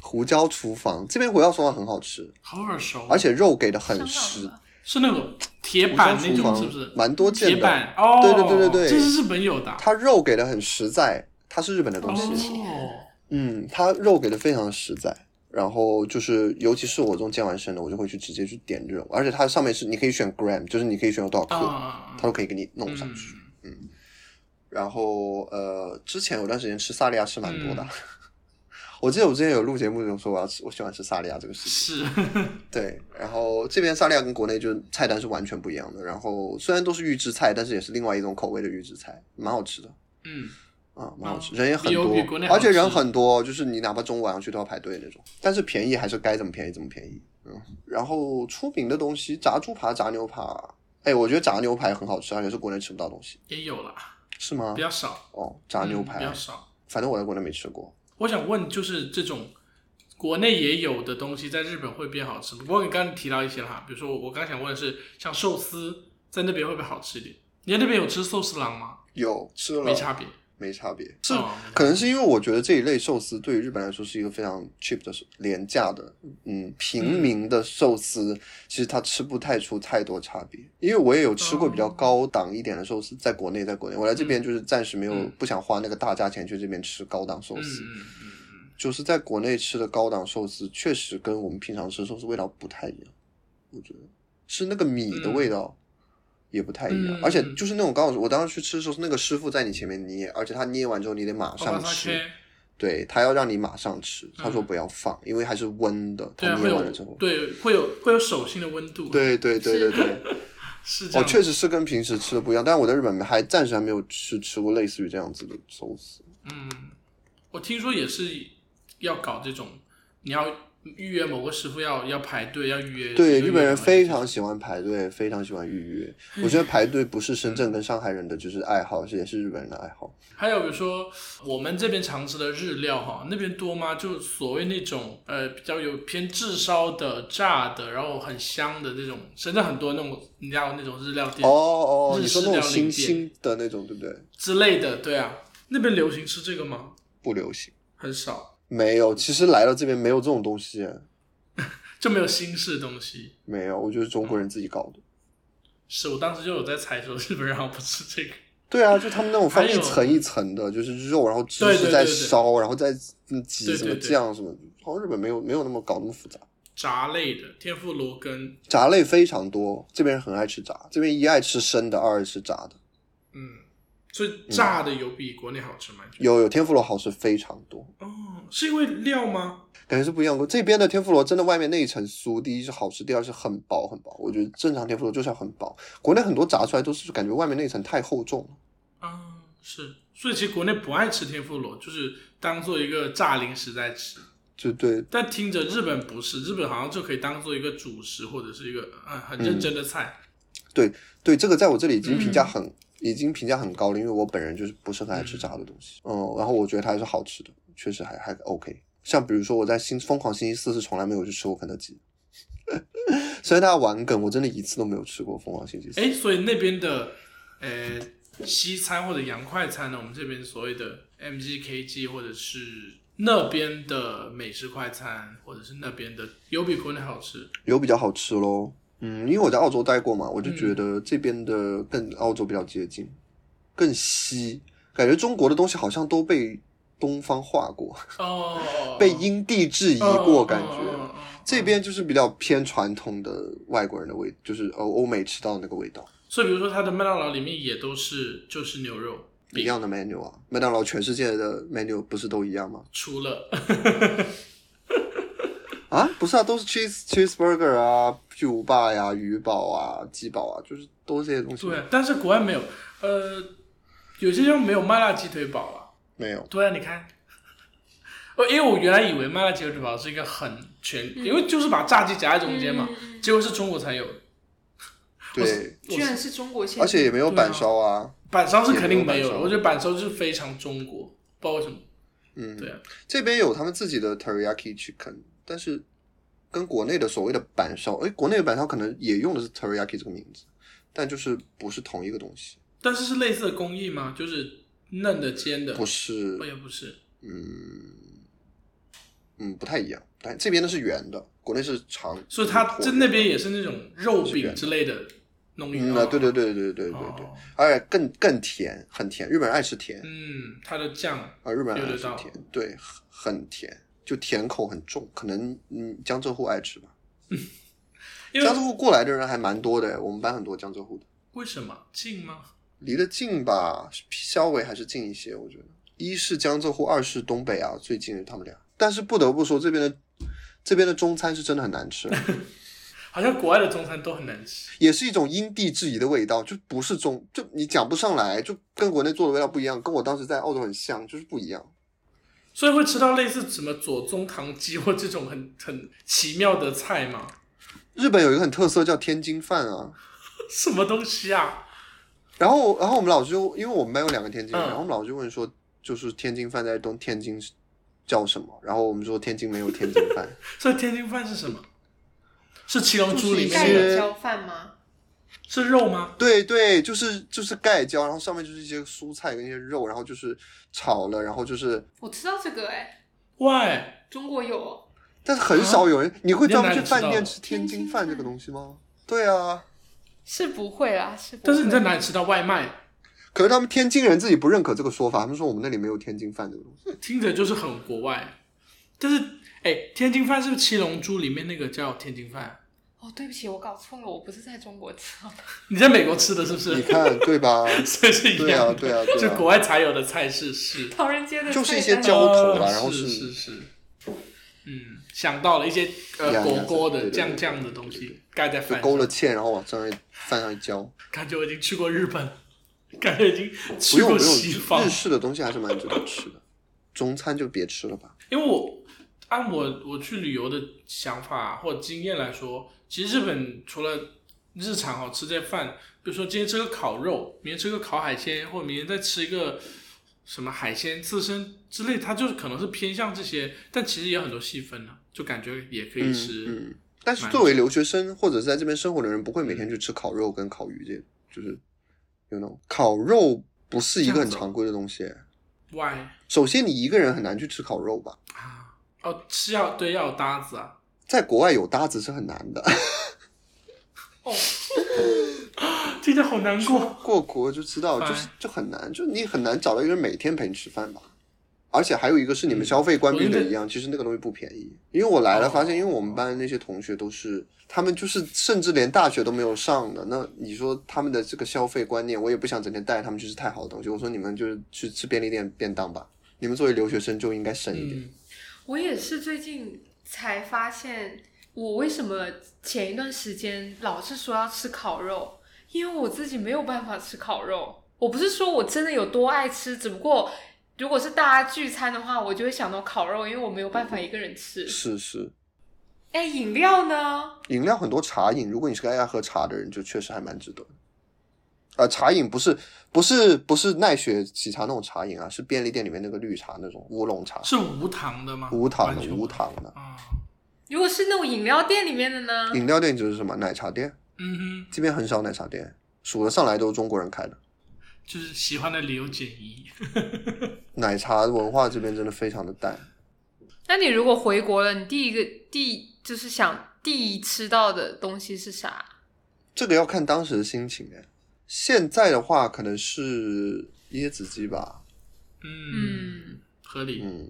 Speaker 3: 胡椒厨房这边胡椒厨房很好吃，
Speaker 1: 好耳熟，啊
Speaker 3: 而且肉给的
Speaker 2: 香
Speaker 3: 很
Speaker 2: 港
Speaker 3: 实
Speaker 2: 的，吧
Speaker 1: 是那种铁
Speaker 3: 胡
Speaker 1: 板
Speaker 3: 椒
Speaker 1: 那
Speaker 3: 厨
Speaker 1: 种，是不
Speaker 3: 房
Speaker 1: 是？
Speaker 3: 蛮多
Speaker 1: 铁
Speaker 3: 见的，
Speaker 1: 板哦，
Speaker 3: 对对对对对
Speaker 1: 这是日本有的啊，
Speaker 3: 它肉给的很实在，它是日本的东西，
Speaker 1: 哦，
Speaker 3: 嗯，它肉给的非常实在，然后就是尤其是我这种健完身的，我就会去直接去点这种，而且它上面是你可以选 gram，就是你可以选有多少克，
Speaker 1: 啊，
Speaker 3: 它都可以给你弄上去。
Speaker 1: 嗯
Speaker 3: 然后呃，之前有段时间吃萨莉亚吃蛮多的， 我记得我之前有录节目的时候说我要吃，我喜欢吃萨莉亚这个事情。
Speaker 1: 是，
Speaker 3: 对，然后这边萨莉亚跟国内就是菜单是完全不一样的，然后虽然都是预制菜，但是也是另外一种口味的预制菜，蛮好吃的。
Speaker 1: 嗯，
Speaker 3: 啊，蛮好吃，
Speaker 1: 哦
Speaker 3: 人也很
Speaker 1: 比
Speaker 3: 多
Speaker 1: 比国内，好
Speaker 3: 而且人
Speaker 1: 吃
Speaker 3: 很多，就是你哪怕中午晚上去都要排队那种。但是便宜还是该怎么便宜怎么便宜，嗯。然后出名的东西，炸猪扒、炸牛扒，哎，我觉得炸牛排很好吃，而且是国内吃不到的东西，
Speaker 1: 也有了，
Speaker 3: 是吗
Speaker 1: 比？较少，
Speaker 3: 哦，啊炸牛
Speaker 1: 嗯比
Speaker 3: 排
Speaker 1: 较，少。
Speaker 3: 反正我在国内没吃过。
Speaker 1: 我想问，就是这种国内也有的东西，在日本会变好吃吗？不过你刚刚提到一些了哈，比如说我我刚想问的是，像寿司在那边会不会好吃一点？你在那边有吃寿司郎吗？
Speaker 3: 有吃了，
Speaker 1: 没差哦别，
Speaker 3: 没差别。
Speaker 1: 是
Speaker 3: 可能是因为我觉得这一类寿司对于日本来说是一个非常 cheap 的、廉价的，嗯，平民的寿司，其实它吃不太出太多差别。因为我也有吃过比较高档一点的寿司，在国内，在国内，我来这边就是暂时没有、
Speaker 1: 嗯
Speaker 3: 不想花那个大价钱去这边吃高档寿
Speaker 1: 嗯
Speaker 3: 司，
Speaker 1: 嗯嗯嗯，
Speaker 3: 就是在国内吃的高档寿司，确实跟我们平常吃的寿司味道不太一样，我觉得是那个米的味道。也不太一样，
Speaker 1: 嗯
Speaker 3: 而且就是那种高档，我当时去吃的时候，那个师傅在你前面捏，而且他捏完之后，你得马
Speaker 1: 好吧
Speaker 3: 上，吃。
Speaker 1: K，
Speaker 3: 对他要让你马上吃，他说不要放，因为还是温的，
Speaker 1: 嗯对
Speaker 3: 他
Speaker 1: 啊，会
Speaker 3: 捏完了之
Speaker 1: 有
Speaker 3: 后。
Speaker 1: 对会有会有手心的温度，，
Speaker 3: 对对对对对，
Speaker 1: 是这
Speaker 3: 哦，
Speaker 1: 样，
Speaker 3: 确实是跟平时吃的不一样，但是我在日本还暂时还没有吃吃过类似于这样子的寿司。
Speaker 1: 嗯，我听说也是要搞这种，你要预约某个师傅要要排队要预约。
Speaker 3: 对，
Speaker 1: 要
Speaker 3: 日本人非
Speaker 1: 预约
Speaker 3: 常喜欢排队，非常喜欢预约。
Speaker 1: 嗯
Speaker 3: 我觉得排队不是深圳跟上海人的就是爱好，是也是日本人的爱好。
Speaker 1: 还有比如说，我们这边常吃的日料哈，那边多吗？就所谓那种呃比较有偏炙烧的、炸的，然后很香的那种，深圳很多那种，你知道那种日料店
Speaker 3: 哦哦，
Speaker 1: 日
Speaker 3: 你
Speaker 1: 式
Speaker 3: 说那种
Speaker 1: 料理
Speaker 3: 新
Speaker 1: 店
Speaker 3: 兴的那种，对不对？
Speaker 1: 之类的，对啊，那边流行吃这个吗？
Speaker 3: 不流行，
Speaker 1: 很少，
Speaker 3: 没有。其实来到这边没有这种东西，
Speaker 1: 就没有新式的东西。
Speaker 3: 没有。我觉得中
Speaker 1: 嗯
Speaker 3: 国人自己搞的。
Speaker 1: 是我当时就有在猜说日本人好像不吃这个，
Speaker 3: 对啊，就他们那种放
Speaker 1: 还
Speaker 3: 一
Speaker 1: 有
Speaker 3: 层一层的，就是肉，然后芝
Speaker 1: 对对
Speaker 3: 士
Speaker 1: 对
Speaker 3: 再
Speaker 1: 对
Speaker 3: 烧，然后再嗯挤
Speaker 1: 对
Speaker 3: 什么
Speaker 1: 对对
Speaker 3: 酱什么的。好像日本没有没有那么搞那么复杂。
Speaker 1: 炸类的天妇罗跟
Speaker 3: 炸类非常多，这边人很爱吃炸，这边一爱吃生的，二爱吃炸的。
Speaker 1: 嗯，所以炸的有比国内好吃吗？你觉得
Speaker 3: 有有天妇罗好吃非常多，
Speaker 1: 哦，是因为料吗？
Speaker 3: 感觉是不一样的。这边的天妇罗真的外面那一层酥，第一是好吃，第二是很薄很薄。我觉得正常天妇罗就是要很薄，国内很多炸出来都是感觉外面那一层太厚重了。
Speaker 1: 啊，是，所以其实国内不爱吃天妇罗，就是当做一个炸零食在吃。
Speaker 3: 就对，
Speaker 1: 但听着日本不是，日本好像就可以当做一个主食或者是一个嗯很认真的菜。
Speaker 3: 对，这个在我这里已经评价很、已经评价很高了，因为我本人就是不是很爱吃炸的东西。嗯，然后我觉得它还是好吃的，确实还还 OK。像比如说我在星疯狂星期四是从来没有去吃过肯德基， 虽然它玩梗，我真的一次都没有吃过疯狂星期四。
Speaker 1: 哎、所以那边的呃西餐或者洋快餐呢，我们这边所谓的 MGKG 或者是那边的美式快餐，或者是那边的有比国内好吃。
Speaker 3: 有比较好吃咯。嗯，因为我在澳洲待过嘛，我就觉得这边的更澳洲比较接近，更西，感觉中国的东西好像都被东方化过，
Speaker 1: 哦，
Speaker 3: 被因地制宜过，感觉。
Speaker 1: 嗯嗯嗯嗯嗯
Speaker 3: 这边就是比较偏传统的外国人的味，就是呃欧欧美吃到的那个味道，
Speaker 1: 所以比如说它的麦当劳里面也都是就是牛肉，
Speaker 3: 一样的 menu 啊，麦当劳全世界的 menu 不是都一样吗？
Speaker 1: 除了
Speaker 3: 啊，不是啊，都是 cheese cheeseburger 啊，巨无霸呀、鱼堡啊、鸡堡啊，就是都是这些东西。
Speaker 1: 对，但是国外没有，呃，有些地方没有麦辣鸡腿堡啊。
Speaker 3: 没有。
Speaker 1: 对啊，你看，哦，因为我原来以为麦辣鸡腿堡是一个很全，因为就是把炸鸡夹在中间嘛，
Speaker 2: 嗯
Speaker 1: 结果是中国才有的，
Speaker 3: 对，
Speaker 2: 居然是中国先
Speaker 3: 而且也没有
Speaker 1: 对啊
Speaker 3: 板烧啊
Speaker 1: 板烧是肯定没有的。
Speaker 3: 也没有板烧
Speaker 1: 我觉得板烧是非常中国，不知道为什么。
Speaker 3: 嗯
Speaker 1: 对啊，
Speaker 3: 这边有他们自己的 teriyaki chicken，但是跟国内的所谓的板烧，哎，国内的板烧可能也用的是 teriyaki 这个名字，但就是不是同一个东西，
Speaker 1: 但是是类似的工艺吗？就是嫩的、煎的？
Speaker 3: 不是
Speaker 1: 哦，，也不是。
Speaker 3: 嗯嗯，不太一样。但这边的是圆的，国内是长，
Speaker 1: 所以它在那边也是那种肉
Speaker 3: 是
Speaker 1: 饼
Speaker 3: 的
Speaker 1: 之类的弄一
Speaker 3: 嗯啊，对对对对对对对对
Speaker 1: 哦，
Speaker 3: 而且更更甜，很甜，日本人爱吃甜
Speaker 1: 嗯，它的酱
Speaker 3: 啊，日本人
Speaker 1: 有
Speaker 3: 爱
Speaker 1: 的
Speaker 3: 吃
Speaker 1: 道
Speaker 3: 甜，对，很很甜，就甜口很重，可能嗯江浙沪爱吃吧。
Speaker 1: 因为
Speaker 3: 江浙沪过来的人还蛮多的，我们班很多江浙沪的，
Speaker 1: 为什么近吗？
Speaker 3: 离得近吧，稍微还是近一些，我觉得。一是江浙沪，二是东北啊，最近的他们俩。但是不得不说，这边的这边的中餐是真的很难吃，
Speaker 1: 好像国外的中餐都很难吃。
Speaker 3: 也是一种因地制宜的味道，就不是中，就你讲不上来，就跟国内做的味道不一样，跟我当时在澳洲很像，就是不一样。
Speaker 1: 所以会吃到类似什么左宗棠鸡或这种很很奇妙的菜吗？
Speaker 3: 日本有一个很特色叫天津饭啊，
Speaker 1: 什么东西啊？
Speaker 3: 然后，然后我们老师就，因为我们班有两个天津
Speaker 1: 嗯
Speaker 3: 人，然后我们老师就问说，就是天津饭在东天津是叫什么？然后我们说天津没有天津饭，
Speaker 1: 这天津饭是什么？是七龙珠里
Speaker 3: 就是
Speaker 2: 盖
Speaker 1: 面的
Speaker 2: 有浇饭吗？
Speaker 1: 是肉吗？
Speaker 3: 对对，就是就是盖浇，然后上面就是一些蔬菜跟一些肉，然后就是炒了，然后就是，
Speaker 2: 我知道这个哎，
Speaker 1: 喂，
Speaker 2: 中国有哦。
Speaker 3: 但是很少有人，你会专门去饭
Speaker 1: 啊你在哪
Speaker 3: 店
Speaker 1: 里
Speaker 3: 吃
Speaker 2: 天
Speaker 3: 天
Speaker 2: 津
Speaker 3: 津饭这
Speaker 2: 饭
Speaker 3: 个东西吗？对啊，
Speaker 2: 是不会啦，是不会。
Speaker 1: 但是你在哪里吃到外卖？
Speaker 3: 可是他们天津人自己不认可这个说法，他们说我们那里没有天津饭这个东西。
Speaker 1: 听着就是很国外。但是，哎，天津饭是不是七龙珠里面那个叫天津饭？
Speaker 2: 哦，对不起，我搞错了，我不是在中国吃哦。
Speaker 1: 你在美国吃的是不是？
Speaker 3: 你看 对吧？
Speaker 1: 所以是一
Speaker 3: 对
Speaker 1: 样
Speaker 3: 啊
Speaker 1: 的，
Speaker 3: 对啊对
Speaker 1: 就
Speaker 3: 啊
Speaker 1: 国，外才有的菜式是。
Speaker 2: 唐人街的菜
Speaker 3: 就是一些
Speaker 2: 单
Speaker 3: 浇头啦
Speaker 1: 啊
Speaker 3: 然后
Speaker 1: 是
Speaker 3: 是
Speaker 1: 是是，嗯，想到了一些呃
Speaker 3: 呀
Speaker 1: 狗
Speaker 3: 呀
Speaker 1: 狗
Speaker 3: 对
Speaker 1: 的
Speaker 3: 对对
Speaker 1: 酱
Speaker 3: 对
Speaker 1: 酱的东西盖在
Speaker 3: 就
Speaker 1: 饭
Speaker 3: 勾
Speaker 1: 上
Speaker 3: 了，芡，然后往上面饭上一浇。
Speaker 1: 感觉我已经去过日本，感觉已经
Speaker 3: 不
Speaker 1: 去
Speaker 3: 用
Speaker 1: 过
Speaker 3: 不
Speaker 1: 西方
Speaker 3: 用，日，式的东西还是蛮值得吃的，中餐就别吃了吧。
Speaker 1: 因为我按我我去旅游的想法啊或经验来说，其实日本除了日常哈吃这些饭，比如说今天吃个烤肉，明天吃个烤海鲜，或者明天再吃一个什么海鲜刺身之类，它就是可能是偏向这些，但其实也有很多细分呢、就感觉也可以
Speaker 3: 嗯
Speaker 1: 吃。
Speaker 3: 嗯。但是
Speaker 1: 蛮
Speaker 3: 作为留学生或者是在这边生活的人，不会每天去吃烤肉跟烤鱼，这就是，you know，烤肉不是一个
Speaker 1: 这
Speaker 3: 很
Speaker 1: 样子哦
Speaker 3: 常规的东西。
Speaker 1: Why
Speaker 3: 首先，你一个人很难去吃烤肉吧，
Speaker 1: 啊？哦，是要对要有搭子啊。
Speaker 3: 在国外有搭子是很难的。
Speaker 1: 哦，听着好难过。
Speaker 3: 过国就知道，就
Speaker 1: Fine
Speaker 3: 是就很难，就你很难找到一个人每天陪你吃饭吧。而且还有一个是你们消费观
Speaker 1: 我
Speaker 3: 并
Speaker 1: 觉
Speaker 3: 不
Speaker 1: 得
Speaker 3: 一样，其实那个东西不便宜。因为我来了，
Speaker 1: 哦
Speaker 3: 发现因为我们班那些同学都是，他们就是甚至连大学都没有上的。那你说他们的这个消费观念，我也不想整天带他们去吃太好的东西。我说你们就是去吃便利店便当吧，你们作为留学生就应该省一点。
Speaker 1: 嗯，
Speaker 2: 我也是最近才发现，我为什么前一段时间老是说要吃烤肉，因为我自己没有办法吃烤肉。我不是说我真的有多爱吃，只不过如果是大家聚餐的话，我就会想到烤肉，因为我没有办法一个人
Speaker 1: 嗯
Speaker 2: 吃。
Speaker 3: 是是，
Speaker 2: 哎，饮料呢？
Speaker 3: 饮料很多茶饮，如果你是个爱喝茶的人，就确实还蛮值得的。呃，茶饮不是不是不是奈雪喜茶那种茶饮啊，是便利店里面那个绿茶那种乌龙茶，
Speaker 1: 是无糖的吗？
Speaker 3: 无糖
Speaker 1: 完
Speaker 3: 的
Speaker 1: 全
Speaker 3: 无糖的。
Speaker 1: 啊。
Speaker 2: 如果是那种饮料店里面的呢？
Speaker 3: 饮料店就是什么奶茶店，
Speaker 1: 嗯
Speaker 3: 这边很少奶茶店，数得上来都是中国人开的。
Speaker 1: 哼，就是喜欢的理由减一。
Speaker 3: 奶茶文化这边真的非常的淡，
Speaker 2: 那你如果回国了，你第一个第就是想第一吃到的东西是啥？
Speaker 3: 这个要看当时的心情哎。现在的话可能是椰子鸡吧，
Speaker 1: 嗯，
Speaker 2: 嗯，
Speaker 1: 合理，
Speaker 3: 嗯，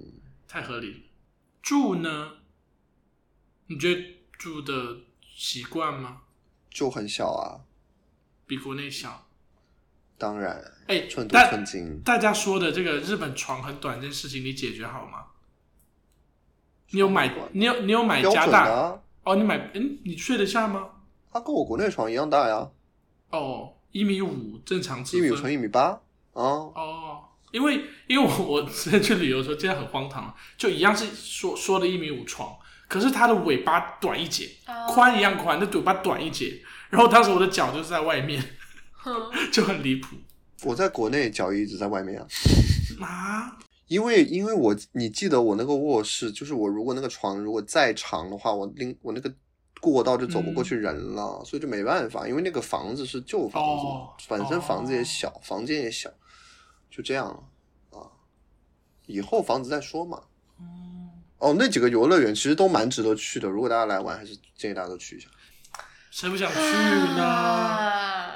Speaker 1: 太合理了。住呢？你觉得住的习惯吗？
Speaker 3: 就很小啊，
Speaker 1: 比国内小？
Speaker 3: 当然
Speaker 1: 哎，
Speaker 3: 寸土
Speaker 1: 大
Speaker 3: 寸金。
Speaker 1: 大家说的这个日本床很短这件事情，你解决好吗？你有买
Speaker 3: 床很？短
Speaker 1: 你有你有买
Speaker 3: 标
Speaker 1: 加
Speaker 3: 准的
Speaker 1: 大？
Speaker 3: 啊，
Speaker 1: 哦，你买？嗯，你睡得下吗？
Speaker 3: 它跟我国内床一样大呀，
Speaker 1: 哦，一米五正常尺
Speaker 3: 一米五
Speaker 1: 寸
Speaker 3: 乘一米八啊，
Speaker 1: 哦，因为因为我我之前去旅游的时候，真的很荒唐，啊就一样是说说的一米五床，可是它的尾巴短一截，
Speaker 2: 哦
Speaker 1: 宽一样宽，那尾巴短一截。然后当时我的脚就是在外面，
Speaker 2: 哼，
Speaker 1: 就很离谱
Speaker 3: 我在国内脚一直在外面啊，
Speaker 1: 啊！
Speaker 3: 因为因为我你记得我那个卧室，就是我如果那个床如果再长的话，我拎我那个过道就走不
Speaker 1: 嗯
Speaker 3: 过去人了，所以就没办法，因为那个房子是旧房子嘛，
Speaker 1: 哦
Speaker 3: 本身房子也小，房间也小，就这样了啊，以后房子再说嘛。哦，那几个游乐园其实都蛮值得去的，如果大家来玩，还是建议大家都去一下。
Speaker 1: 谁不想去呢？
Speaker 2: 啊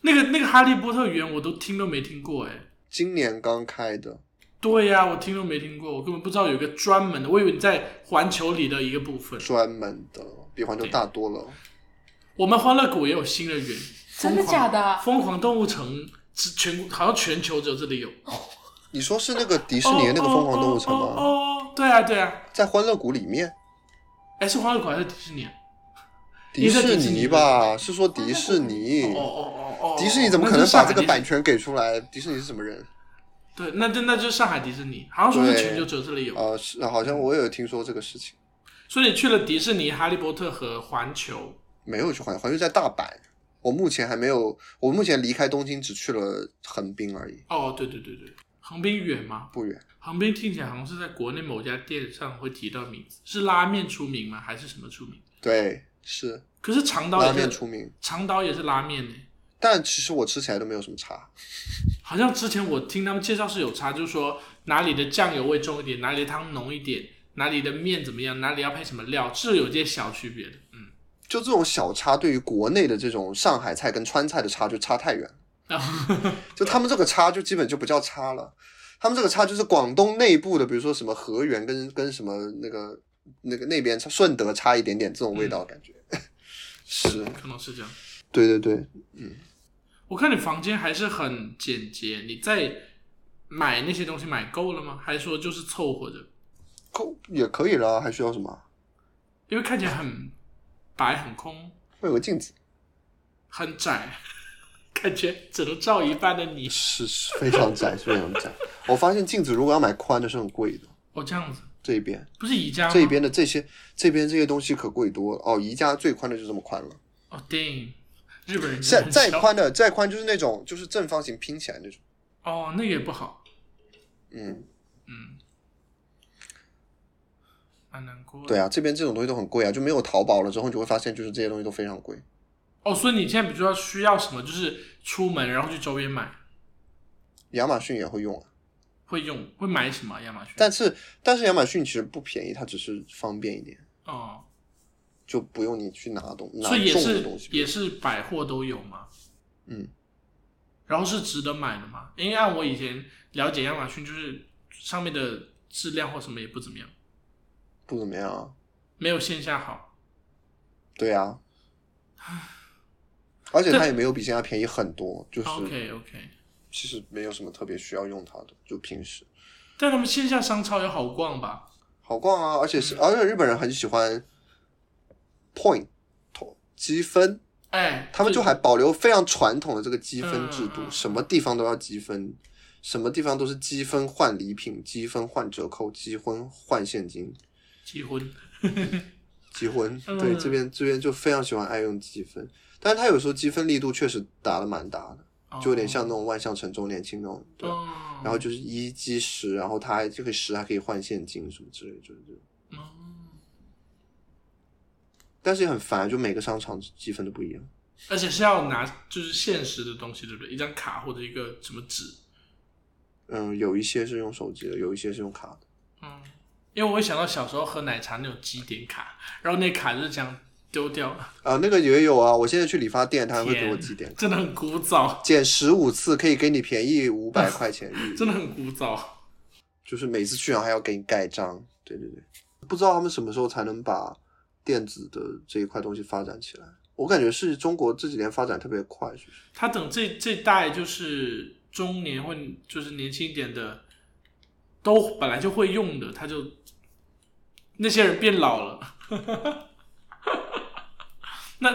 Speaker 1: 那个那个哈利波特园我都听都没听过哎。
Speaker 3: 今年刚开的，
Speaker 1: 对呀、我听都没听过，我根本不知道有一个专门的，我以为你在环球里的一个部分。
Speaker 3: 专门的，比环球大多了。
Speaker 1: 我们欢乐谷也有新的园，
Speaker 2: 真的假的
Speaker 1: 疯狂动物城只全好像全球只有这里有。
Speaker 3: 你说是那个迪士尼的那个疯狂动物城
Speaker 1: 哦哦
Speaker 3: 吗？
Speaker 1: 哦哦，对啊对啊，
Speaker 3: 在欢乐谷里面，
Speaker 1: 哎，是欢乐谷还是迪士尼啊？
Speaker 3: 迪士
Speaker 1: 迪士尼
Speaker 3: 尼吧？是说迪士尼
Speaker 1: 哦？哦哦哦，
Speaker 3: 迪士尼怎么可能把这个版
Speaker 1: 权？
Speaker 3: 权给出来？迪士尼是什么人？
Speaker 1: 对，那就那就是上海迪士尼，好像说是
Speaker 3: 对
Speaker 1: 全球只有这里有。
Speaker 3: 啊，是好像我有听说这个事情，
Speaker 1: 所以你去了迪士尼、哈利波特和环球，
Speaker 3: 没有去环球，环球在大阪。我目前还没有，我目前离开东京只去了横滨而已，
Speaker 1: 哦，对对对对，横滨远吗？
Speaker 3: 不远。
Speaker 1: 横滨听起来好像是在国内某家店上会提到名字，是拉面出名吗？还是什么出名？
Speaker 3: 对，是
Speaker 1: 可是长岛
Speaker 3: 拉
Speaker 1: 也
Speaker 3: 面
Speaker 1: 是
Speaker 3: 出名，
Speaker 1: 长岛也是拉面呢、
Speaker 3: 但其实我吃起来都没有什么差。
Speaker 1: 好像之前我听他们介绍是有差，就是说哪里的酱油味重一点，哪里的汤浓一点，哪里的面怎么样，哪里要配什么料，是有些小区别的。嗯，
Speaker 3: 就这种小差，对于国内的这种上海菜跟川菜的差距差太远了。
Speaker 1: 然后
Speaker 3: 就他们这个差就基本就不叫差了，他们这个差就是广东内部的，比如说什么河源跟跟什么那个那个那边差顺德差一点点这种味道感觉。是，
Speaker 1: 可能是这样。
Speaker 3: 对对对，
Speaker 1: 我看你房间还是很简洁，你在买那些东西买够了吗？还是说就是凑合着？
Speaker 3: 够也可以了，还需要什么？
Speaker 1: 因为看起来很白、很空、
Speaker 3: 会有个镜子，
Speaker 1: 很窄，感觉只能照一半的你。
Speaker 3: 是是非常窄，是非常窄。我发现镜子如果要买宽的是很贵的，
Speaker 1: 哦，这样子，
Speaker 3: 这一边，
Speaker 1: 不是宜家吗
Speaker 3: 这一边的这些，这边这些东西可贵多了。哦，宜家最宽的就这么宽了，
Speaker 1: 哦，damn，日本人真的很
Speaker 3: 再再
Speaker 1: 小
Speaker 3: 宽的再宽就是那种就是正方形拼起来那种。
Speaker 1: 哦，那个也不好，
Speaker 3: 嗯，
Speaker 1: 嗯，蛮难过的。
Speaker 3: 对啊，这边这种东西都很贵啊，就没有淘宝了之后，你就会发现就是这些东西都非常贵。
Speaker 1: 哦，所以你现在比较需要什么？就是出门然后去周边买，
Speaker 3: 亚马逊也会用啊，
Speaker 1: 会用会买什么？亚马逊？
Speaker 3: 但是但是亚马逊其实不便宜，它只是方便一点，
Speaker 1: 哦，
Speaker 3: 就不用你去拿东拿
Speaker 1: 所以也
Speaker 3: 重的东
Speaker 1: 是
Speaker 3: 西。
Speaker 1: 也是百货都有嘛。
Speaker 3: 嗯，
Speaker 1: 然后是值得买的嘛？因为按我以前了解亚马逊，就是上面的质量或什么也不怎么样，
Speaker 3: 不怎么样啊。
Speaker 1: 没有线下好。
Speaker 3: 对啊，而且它也没有比现在便宜很多，就是。
Speaker 1: OK OK，
Speaker 3: 其实没有什么特别需要用它的，就平时
Speaker 1: 但他们线下商超也好逛吧？
Speaker 3: 好逛啊，而且是、
Speaker 1: 嗯
Speaker 3: 而且日本人很喜欢 point 投积分，
Speaker 1: 哎，
Speaker 3: 他们就还保留非常传统的这个积分
Speaker 1: 嗯
Speaker 3: 制度，
Speaker 1: 嗯嗯
Speaker 3: 什么地方都要积分，什么地方都是积分换礼品，积分换折扣，积分换现金，
Speaker 1: 结婚
Speaker 3: 积分。
Speaker 1: 嗯
Speaker 3: 对，这边这边就非常喜欢爱用积分，但是他有时候积分力度确实打的蛮大的，就有点像那种万象城周年庆那种，对。
Speaker 1: 哦，
Speaker 3: 然后就是一积十，然后它还这个十还可以换现金什么之类的，就是这种。
Speaker 1: 嗯
Speaker 3: 但是也很烦，就每个商场积分都不一样。
Speaker 1: 而且是要拿就是现实的东西，对不对？一张卡或者一个什么纸。
Speaker 3: 嗯，有一些是用手机的，有一些是用卡的。
Speaker 1: 嗯，因为我会想到小时候喝奶茶那种积点卡，然后那卡就是这样丢掉，
Speaker 3: 啊，那个也有啊，我现在去理发店，他还会
Speaker 1: 天
Speaker 3: 给我积点，
Speaker 1: 真的很古早，
Speaker 3: 减十五次可以给你便宜五百块钱日
Speaker 1: 真的很古早。
Speaker 3: 就是每次去然后还要给你盖章。对对对，不知道他们什么时候才能把电子的这一块东西发展起来。我感觉是中国这几年发展特别快，是不是？
Speaker 1: 他等这这代就是中年或就是年轻一点的，都本来就会用的，他就那些人变老了。那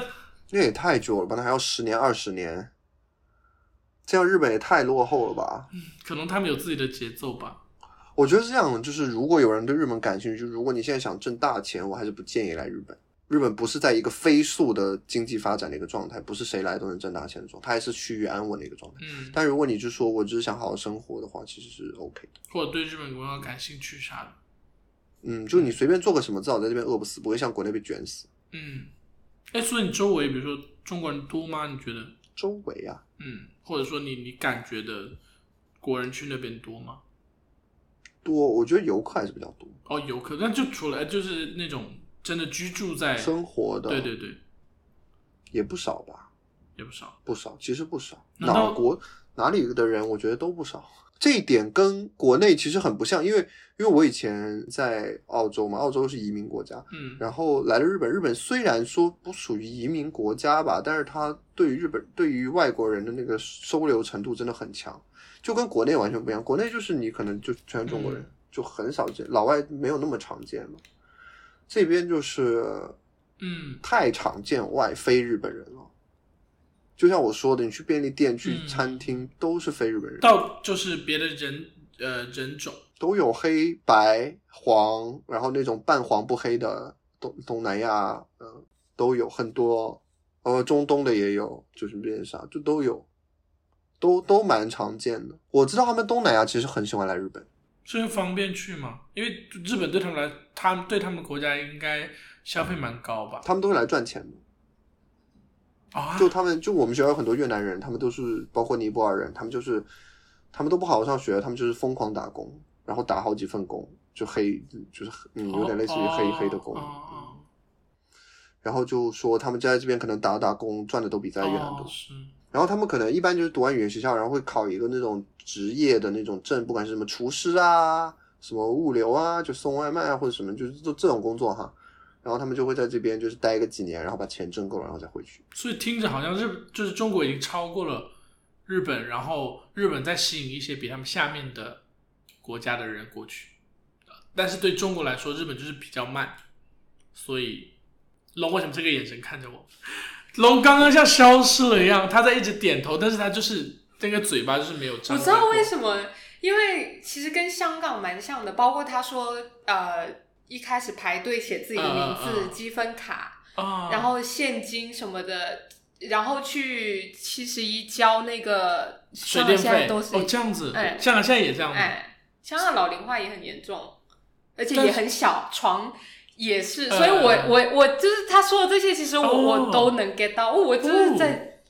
Speaker 3: 那也太久了吧？那还要十年二十年，这样日本也太落后了吧？
Speaker 1: 可能他们有自己的节奏吧。
Speaker 3: 我觉得是这样，就是如果有人对日本感兴趣，就如果你现在想挣大钱，我还是不建议来日本。日本不是在一个飞速的经济发展的一个状态，不是谁来都能挣大钱的状态，它还是趋于安稳的一个状态。
Speaker 1: 嗯，
Speaker 3: 但如果你就说我只是想好好生活的话，其实是 OK 的。
Speaker 1: 或者对日本文化感兴趣啥的。
Speaker 3: 嗯，就你随便做个什么，至啊少在这边饿不死，不会像国内被卷死。
Speaker 1: 嗯，哎，所以你周围比如说中国人多吗？你觉得？
Speaker 3: 周围啊，
Speaker 1: 嗯，或者说你你感觉的国人去那边多吗？
Speaker 3: 多，我觉得游客还是比较多，
Speaker 1: 哦，游客，那就除了就是那种真的居住在，
Speaker 3: 生活的
Speaker 1: 对对对，
Speaker 3: 也不少吧，
Speaker 1: 也不少。
Speaker 3: 不少，其实不少。
Speaker 1: 难道
Speaker 3: 哪国哪里的人，我觉得都不少。这一点跟国内其实很不像，因为因为我以前在澳洲嘛，澳洲是移民国家，
Speaker 1: 嗯，
Speaker 3: 然后来了日本。日本虽然说不属于移民国家吧，但是它对于日本对于外国人的那个收留程度真的很强，就跟国内完全不一样。国内就是你可能就全是中国人，
Speaker 1: 嗯
Speaker 3: 就很少见，老外没有那么常见嘛。这边就是
Speaker 1: 嗯
Speaker 3: 太常见外非日本人了。就像我说的，你去便利店、去
Speaker 1: 嗯
Speaker 3: 餐厅，都是非日本人，
Speaker 1: 到就是别的人呃人种，
Speaker 3: 都有黑白黄，然后那种半黄不黑的东东南亚，呃，都有很多，呃，中东的也有，就是面纱，就都有，都都蛮常见的。我知道他们东南亚其实很喜欢来日本，
Speaker 1: 是因为方便去吗？因为日本对他们来，他们对他们国家应该消费蛮高吧？
Speaker 3: 他们都是来赚钱的。
Speaker 1: 啊，
Speaker 3: 就他们，就我们学校有很多越南人，他们都是包括尼泊尔人，他们就是他们都不好好上学，他们就是疯狂打工，然后打好几份工，就黑，就是嗯，有点类似于黑、
Speaker 1: 哦
Speaker 3: 黑的嗯工。
Speaker 1: 哦哦
Speaker 3: 然后就说他们就在这边可能打打工赚的都比在越南
Speaker 1: 哦
Speaker 3: 多，
Speaker 1: 是
Speaker 3: 然后他们可能一般就是读完语言学校，然后会考一个那种职业的那种证，不管是什么厨师啊、什么物流啊，就送外卖啊或者什么，就是做这种工作哈。然后他们就会在这边就是待个几年，然后把钱挣够了，然后再回去。
Speaker 1: 所以听着好像日就是中国已经超过了日本，然后日本再吸引一些比他们下面的国家的人过去，呃但是对中国来说，日本就是比较慢，所以龙为什么这个眼神看着我？龙刚刚像消失了一样，他在一直点头，但是他就是那个嘴巴就是没有张
Speaker 2: 我
Speaker 1: 开
Speaker 2: 知
Speaker 1: 过。
Speaker 2: 道为什么，因为其实跟香港蛮像的，包括他说呃一开始排队写自己的名字、
Speaker 1: 嗯嗯嗯
Speaker 2: 积分卡，
Speaker 1: 啊，
Speaker 2: 然后现金什么的，然后去七十一交那个
Speaker 1: 水
Speaker 2: 香港
Speaker 1: 电
Speaker 2: 现在
Speaker 1: 费
Speaker 2: 都是、
Speaker 1: 哦这样子，
Speaker 2: 哎
Speaker 1: 香港现在也这样吗？
Speaker 2: 哎，香港老龄化也很严重，而且
Speaker 1: 但是
Speaker 2: 也很小，床也是，
Speaker 1: 呃
Speaker 2: 所以我我我就是他说的这些，其实我、
Speaker 1: 哦
Speaker 2: 我都能 get 到，哦我就是在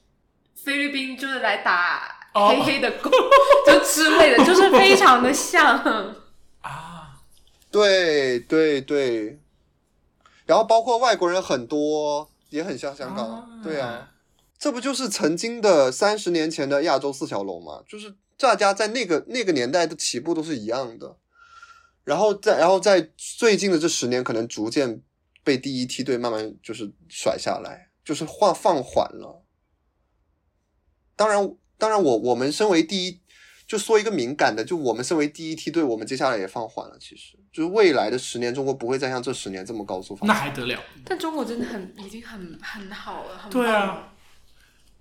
Speaker 2: 菲律宾就是来打
Speaker 1: 哦
Speaker 2: 黑黑的工、 就之 类的，就是非常的像，
Speaker 1: 啊，
Speaker 3: 对对对，然后包括外国人很多也很像香港，对啊，，这不就是曾经的三十年前的亚洲四小龙吗？就是大家在那个那个年代的起步都是一样的，然后在然后在最近的这十年，可能逐渐被第一梯队慢慢就是甩下来，就是放放缓了。当然，当然我我们身为第一，就说一个敏感的，就我们身为第一梯队，我们接下来也放缓了。其实就是未来的十年，中国不会再像这十年这么高速发
Speaker 1: 那
Speaker 3: 展。
Speaker 1: 还得了？
Speaker 2: 但中国真的很已经很很好了，很棒
Speaker 1: 对
Speaker 2: 了
Speaker 1: 啊，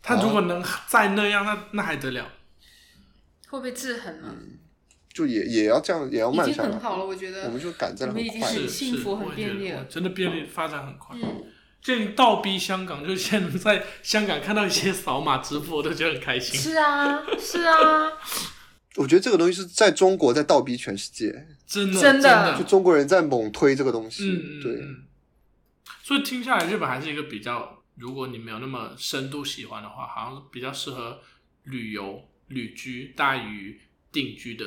Speaker 1: 他如果能再那样，那那还得了？
Speaker 2: 会被制衡了，
Speaker 3: 就也也要这样，也要
Speaker 2: 已
Speaker 3: 慢
Speaker 2: 经
Speaker 3: 下
Speaker 2: 很好
Speaker 3: 来。
Speaker 2: 了，我觉得
Speaker 3: 嗯我们就赶在了
Speaker 2: 我们
Speaker 3: 很
Speaker 2: 已经
Speaker 3: 快。
Speaker 2: 是
Speaker 1: 是
Speaker 2: 幸福
Speaker 1: 是
Speaker 2: 很
Speaker 1: 我也觉得
Speaker 2: 便利了
Speaker 1: 我真的便利发展很快。
Speaker 2: 嗯，
Speaker 1: 这倒逼香港，就现在在香港看到一些扫码支付，我都觉得很开心。
Speaker 2: 是啊是啊，
Speaker 3: 我觉得这个东西是在中国在倒逼全世界，
Speaker 1: 真的，
Speaker 2: 真
Speaker 1: 真
Speaker 2: 的
Speaker 3: 就中国人在猛推这个东西。
Speaker 1: 嗯，嗯
Speaker 3: 对，
Speaker 1: 嗯。所以听下来，日本还是一个比较，如果你没有那么深度喜欢的话，好像比较适合旅游、旅居大于定居的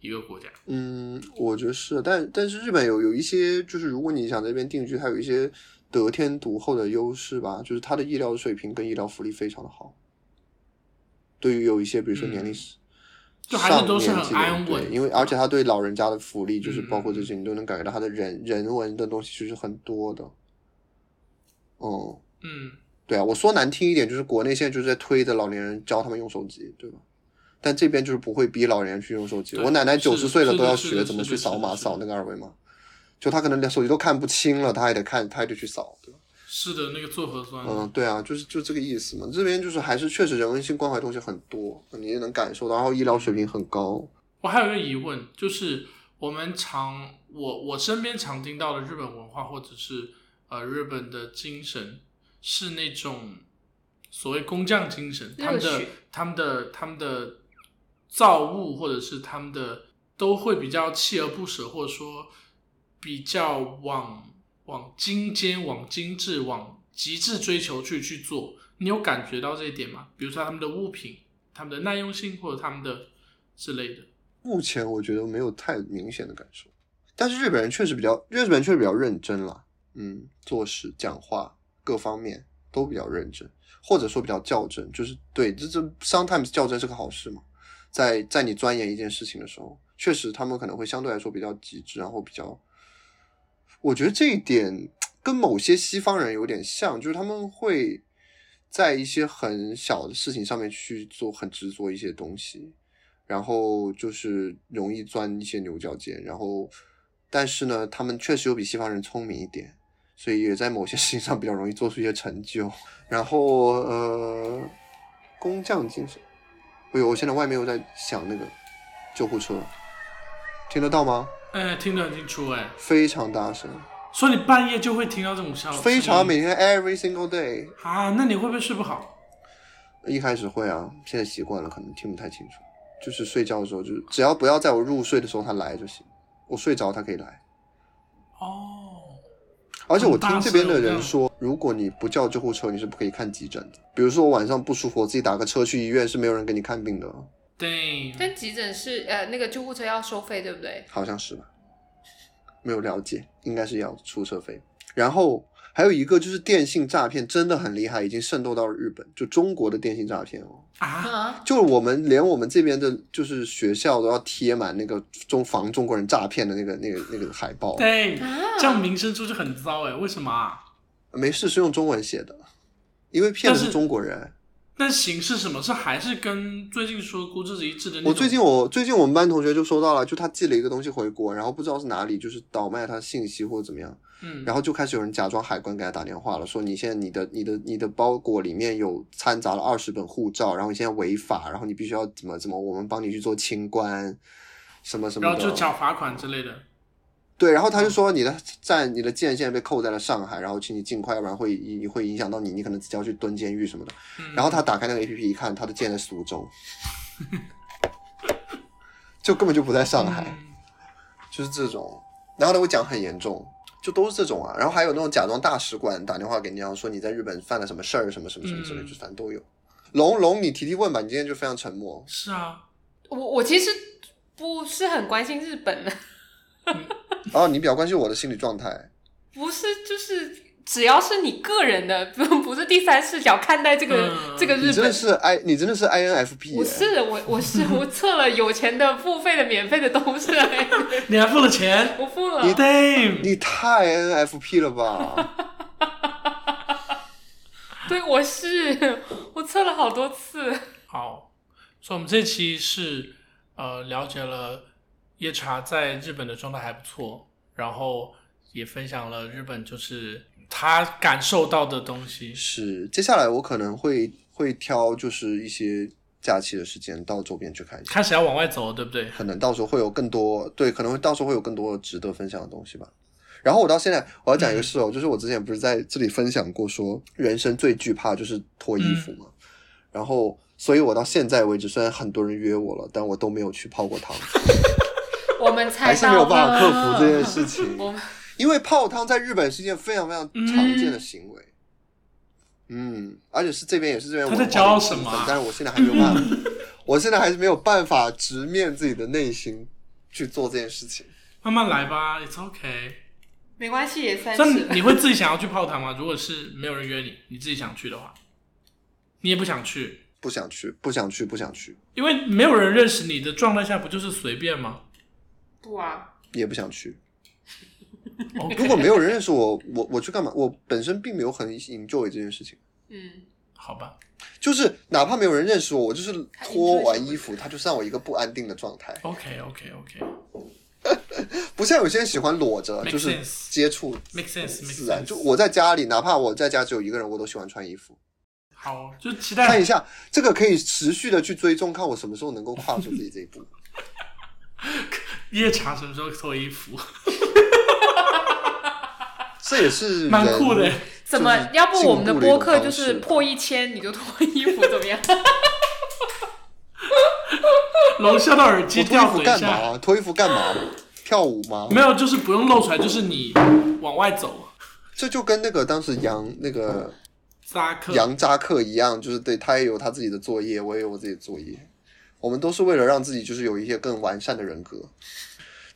Speaker 1: 一个国家。
Speaker 3: 嗯，我觉得是，但但是日本有有一些，就是如果你想在这边定居，它有一些得天独厚的优势吧，就是它的医疗水平跟医疗福利非常的好。对于有一些，比如说年龄
Speaker 1: 嗯
Speaker 3: 上
Speaker 1: 就还是都是很
Speaker 3: 年纪的人
Speaker 1: 安稳
Speaker 3: 对因为而且他对老人家的福利，就是
Speaker 1: 嗯
Speaker 3: 包括这些，你都能感觉到他的人人文的东西就是很多的。嗯，
Speaker 1: 嗯，
Speaker 3: 对啊，我说难听一点，就是国内现在就是在推着老年人教他们用手机，对吧？但这边就是不会逼老年人去用手机。
Speaker 1: 对
Speaker 3: 我奶奶
Speaker 1: 是
Speaker 3: 九
Speaker 1: 的
Speaker 3: 十岁了
Speaker 1: 是
Speaker 3: 都
Speaker 1: 的
Speaker 3: 要
Speaker 1: 是的
Speaker 3: 学怎么
Speaker 1: 是
Speaker 3: 去
Speaker 1: 的
Speaker 3: 扫
Speaker 1: 是的
Speaker 3: 码，
Speaker 1: 是
Speaker 3: 扫
Speaker 1: 的
Speaker 3: 那个二维码。就他可能连手机都看不清了，他还得看，他还得去扫，对吧？
Speaker 1: 是的，那个做核酸，
Speaker 3: 嗯，对啊，就是就这个意思嘛。这边就是还是确实人文性关怀东西很多，你也能感受到，然后医疗水平很高。
Speaker 1: 我还有一个疑问，就是我们常我我身边常听到的日本文化或者是呃日本的精神是那种所谓工匠精神，他们
Speaker 2: 热
Speaker 1: 的
Speaker 2: 血
Speaker 1: 他们的他们的造物或者是他们的都会比较锲而不舍，或者说比较往往精尖、往精致、往极致追求去去做。你有感觉到这一点吗？比如说他们的物品、他们的耐用性或者他们的之类的。
Speaker 3: 目前我觉得没有太明显的感受，但是日本人确实比较，日本人确实比较认真啦，嗯，做事、讲话各方面都比较认真，或者说比较较真，就是对，这这 sometimes 较真是个好事嘛，在在你钻研一件事情的时候，确实他们可能会相对来说比较极致，然后比较，我觉得这一点跟某些西方人有点像，就是他们会在一些很小的事情上面去做很执着一些东西，然后就是容易钻一些牛角尖，然后但是呢，他们确实有比西方人聪明一点，所以也在某些 事情上比较容易做出一些成就。然后呃，工匠精神，哎呦，我现在外面又在响那个救护车，听得到吗？
Speaker 1: 哎，听得很清楚哎，
Speaker 3: 非常大声，
Speaker 1: 所以你半夜就会听到这种啊笑声音，
Speaker 3: 非常每天 every single day。
Speaker 1: 啊。那你会不会睡不好？
Speaker 3: 一开始会啊，现在习惯了，可能听不太清楚。就是睡觉的时候，就是只要不要在我入睡的时候他来就行，我睡着他可以来。
Speaker 1: 哦，
Speaker 3: 而且我听这边的
Speaker 1: 很
Speaker 3: 人
Speaker 1: 大声
Speaker 3: 说，如果你不叫救护车，你是不可以看急诊的。比如说我晚上不舒服，我自己打个车去医院是没有人给你看病的，
Speaker 1: 对，
Speaker 2: 但急诊是呃那个救护车要收费对不对？
Speaker 3: 好像是吧？没有了解，应该是要出车费。然后还有一个就是电信诈骗真的很厉害，已经渗透到了日本，就中国的电信诈骗哦。
Speaker 1: 啊，
Speaker 2: 啊，
Speaker 3: 就是我们连我们这边的，就是学校都要贴满那个中防中国人诈骗的那个那个那个海报。
Speaker 1: 对，
Speaker 2: 啊
Speaker 1: 这样名声出去很糟哎，为什么啊？
Speaker 3: 没事，是用中文写的，因为骗
Speaker 1: 但是
Speaker 3: 子是中国人。
Speaker 1: 但形式是什么是还是跟最近说孤注一掷的那种
Speaker 3: 我最近我最近我们班同学就收到了，就他寄了一个东西回国，然后不知道是哪里，就是倒卖他信息或者怎么样，
Speaker 1: 嗯，
Speaker 3: 然后就开始有人假装海关给他打电话了，说你现在你的你的你的包裹里面有掺杂了二十本护照，然后你现在违法，然后你必须要怎么怎么，我们帮你去做清关，什么什么
Speaker 1: 然
Speaker 3: 的，
Speaker 1: 后就缴罚款之类的。
Speaker 3: 对，然后他就说你的站你的件现在被扣在了上海，然后请你尽快，要不然会你会影响到你，你可能直接要去蹲监狱什么的。
Speaker 1: 嗯
Speaker 3: 然后他打开那个 A P P 一看，他的剑在苏州，就根本就不在上海，
Speaker 1: 嗯
Speaker 3: 就是这种。然后他会讲很严重，就都是这种啊。然后还有那种假装大使馆打电话给你，然后说你在日本犯了什么事儿，什么什么什么之类，
Speaker 1: 嗯
Speaker 3: 就反正都有。龙龙，你提提问吧，你今天就非常沉默。
Speaker 1: 是啊，
Speaker 2: 我我其实不是很关心日本的，
Speaker 3: 然后哦你比较关心我的心理状态，
Speaker 2: 不是就是只要是你个人的，不不是第三视角看待这个、
Speaker 1: 嗯
Speaker 2: 这个日
Speaker 3: 你真的
Speaker 2: 本。
Speaker 3: 是 I，你真的是 I N F P，
Speaker 2: 我是我我是 我测了有钱的、付费的、免费的都是，
Speaker 1: 你还付了钱
Speaker 2: 我付了。
Speaker 1: ，damn，
Speaker 3: 你太 N F P 了吧？
Speaker 2: 对，我是我测了好多次。
Speaker 1: 好，所以我们这期是呃了解了夜茶在日本的状态还不错，然后也分享了日本就是他感受到的东西。
Speaker 3: 是，接下来我可能会会挑就是一些假期的时间到周边去看一下，
Speaker 1: 开始要往外走了，对不对？
Speaker 3: 可能到时候会有更多对，可能会到时候会有更多值得分享的东西吧。然后我到现在我要讲一个事哦，就是我之前不是在这里分享过说人生最惧怕就是脱衣服嘛，然后所以我到现在为止虽然很多人约我了，但我都没有去泡过汤，
Speaker 2: 我们猜
Speaker 3: 还是
Speaker 2: 到
Speaker 3: 没有
Speaker 2: 了，
Speaker 3: 办法克服这件事情。
Speaker 2: 我们
Speaker 3: 因为泡汤在日本是一件非常非常常见的行为。嗯，而且是这边也是这边文化的
Speaker 1: 他在骄傲什么
Speaker 3: 部分
Speaker 1: 啊
Speaker 3: 但是我现在还没有 办法，我现在还是没有办法直面自己的内心去做这件事情。
Speaker 1: 慢慢来吧，it's okay。
Speaker 2: 没关系，也三十
Speaker 1: 那
Speaker 2: 了。
Speaker 1: 你会自己想要去泡汤吗？如果是没有人约你，你自己想去的话，你也不想去，
Speaker 3: 不想去，不想去，不想去，
Speaker 1: 因为没有人认识你的状态下，不就是随便吗？
Speaker 2: 不啊，
Speaker 3: 也不想去。
Speaker 1: OK
Speaker 3: 如果没有人认识我，我我去干嘛？我本身并没有很 enjoy 这件事情，
Speaker 2: 嗯，
Speaker 1: 好吧，
Speaker 3: 就是哪怕没有人认识我，我就是
Speaker 2: 他 enjoy
Speaker 3: 脱完
Speaker 2: 什么
Speaker 3: 衣服，它就是让我一个不安定的状态。
Speaker 1: OK OK OK，
Speaker 3: 不像有些人喜欢裸着，
Speaker 1: Makes
Speaker 3: 就是
Speaker 1: sense
Speaker 3: 接触
Speaker 1: Make sense, make
Speaker 3: 自然。
Speaker 1: sense
Speaker 3: 就我在家里，哪怕我在家只有一个人，我都喜欢穿衣服。
Speaker 1: 好，就期
Speaker 3: 看
Speaker 1: 待
Speaker 3: 一下，这个可以持续的去追踪，看我什么时候能够跨出自己这 一步。
Speaker 1: 夜茶什么时候脱衣服，
Speaker 3: 这也是人
Speaker 1: 蛮酷的。
Speaker 2: 怎么？
Speaker 3: 就是
Speaker 2: 要不我们的
Speaker 3: 进步一
Speaker 2: 播
Speaker 3: 种
Speaker 2: 客就
Speaker 3: 方
Speaker 2: 是
Speaker 3: 式吧
Speaker 2: 破一千你就脱衣服怎么 样？
Speaker 1: 楼下的耳机
Speaker 3: 我脱衣
Speaker 1: 掉
Speaker 3: 服
Speaker 1: 嘴
Speaker 3: 干啊
Speaker 1: 下，
Speaker 3: 嘛？脱衣服干嘛？跳舞吗？
Speaker 1: 没有，就是不用露出来，就是你往外走。
Speaker 3: 这就跟那个当时杨那个
Speaker 1: 扎克，
Speaker 3: 杨扎克一样，就是对他也有他自己的作业，我也有我自己的作业。我们都是为了让自己就是有一些更完善的人格，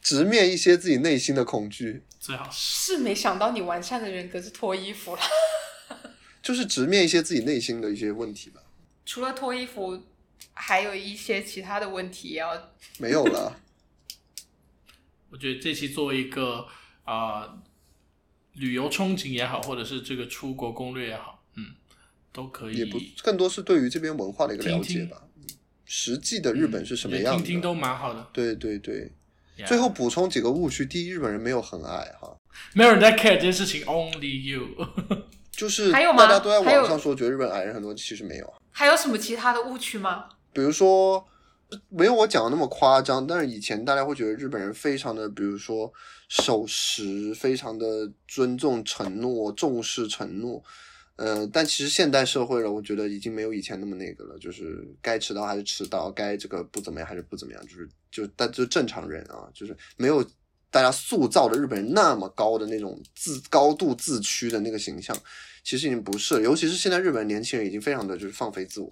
Speaker 3: 直面一些自己内心的恐惧。
Speaker 1: 最好是
Speaker 2: 是没想到你完善的人格是脱衣服了。
Speaker 3: 就是直面一些自己内心的一些问题吧。
Speaker 2: 除了脱衣服，还有一些其他的问题也要。
Speaker 3: 没有了，
Speaker 1: 我觉得这期作为一个呃旅游憧憬也好，或者是这个出国攻略也好，嗯，都可以。
Speaker 3: 也不更多是对于这边文化的一个了解
Speaker 1: 听
Speaker 3: 吧。嗯实际的日本是什么样
Speaker 1: 我觉
Speaker 3: 的？
Speaker 1: 得听听都蛮好的。
Speaker 3: 对对对。
Speaker 1: Yeah
Speaker 3: 最后补充几个误区：第一，日本人没有很爱哈，
Speaker 1: 没有人在 care 这件事情，only you。
Speaker 3: 就是
Speaker 2: 还有吗
Speaker 3: 大家都在
Speaker 2: 还有
Speaker 3: 网上说觉得日本矮人很多，其实没有啊。
Speaker 2: 还有什么其他的误区吗？
Speaker 3: 比如说，没有我讲的那么夸张，但是以前大家会觉得日本人非常的，比如说守时，非常的尊重承诺，重视承诺。呃，但其实现代社会了，我觉得已经没有以前那么那个了，就是该迟到还是迟到，该这个不怎么样还是不怎么样，就是就但就正常人啊，就是没有大家塑造的日本人那么高的那种自高度自驱的那个形象，其实已经不是了，尤其是现在日本年轻人已经非常的就是放飞自我。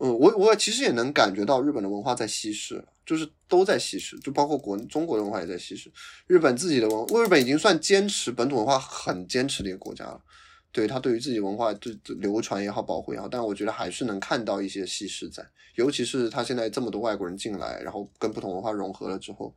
Speaker 3: 嗯，我我其实也能感觉到日本的文化在稀释，就是都在稀释，就包括国中国的文化也在稀释，日本自己的文，日本已经算坚持本土文化很坚持的一个国家了。对他对于自己文化就就流传也好，保护也好，但我觉得还是能看到一些稀释在，尤其是他现在这么多外国人进来，然后跟不同文化融合了之后，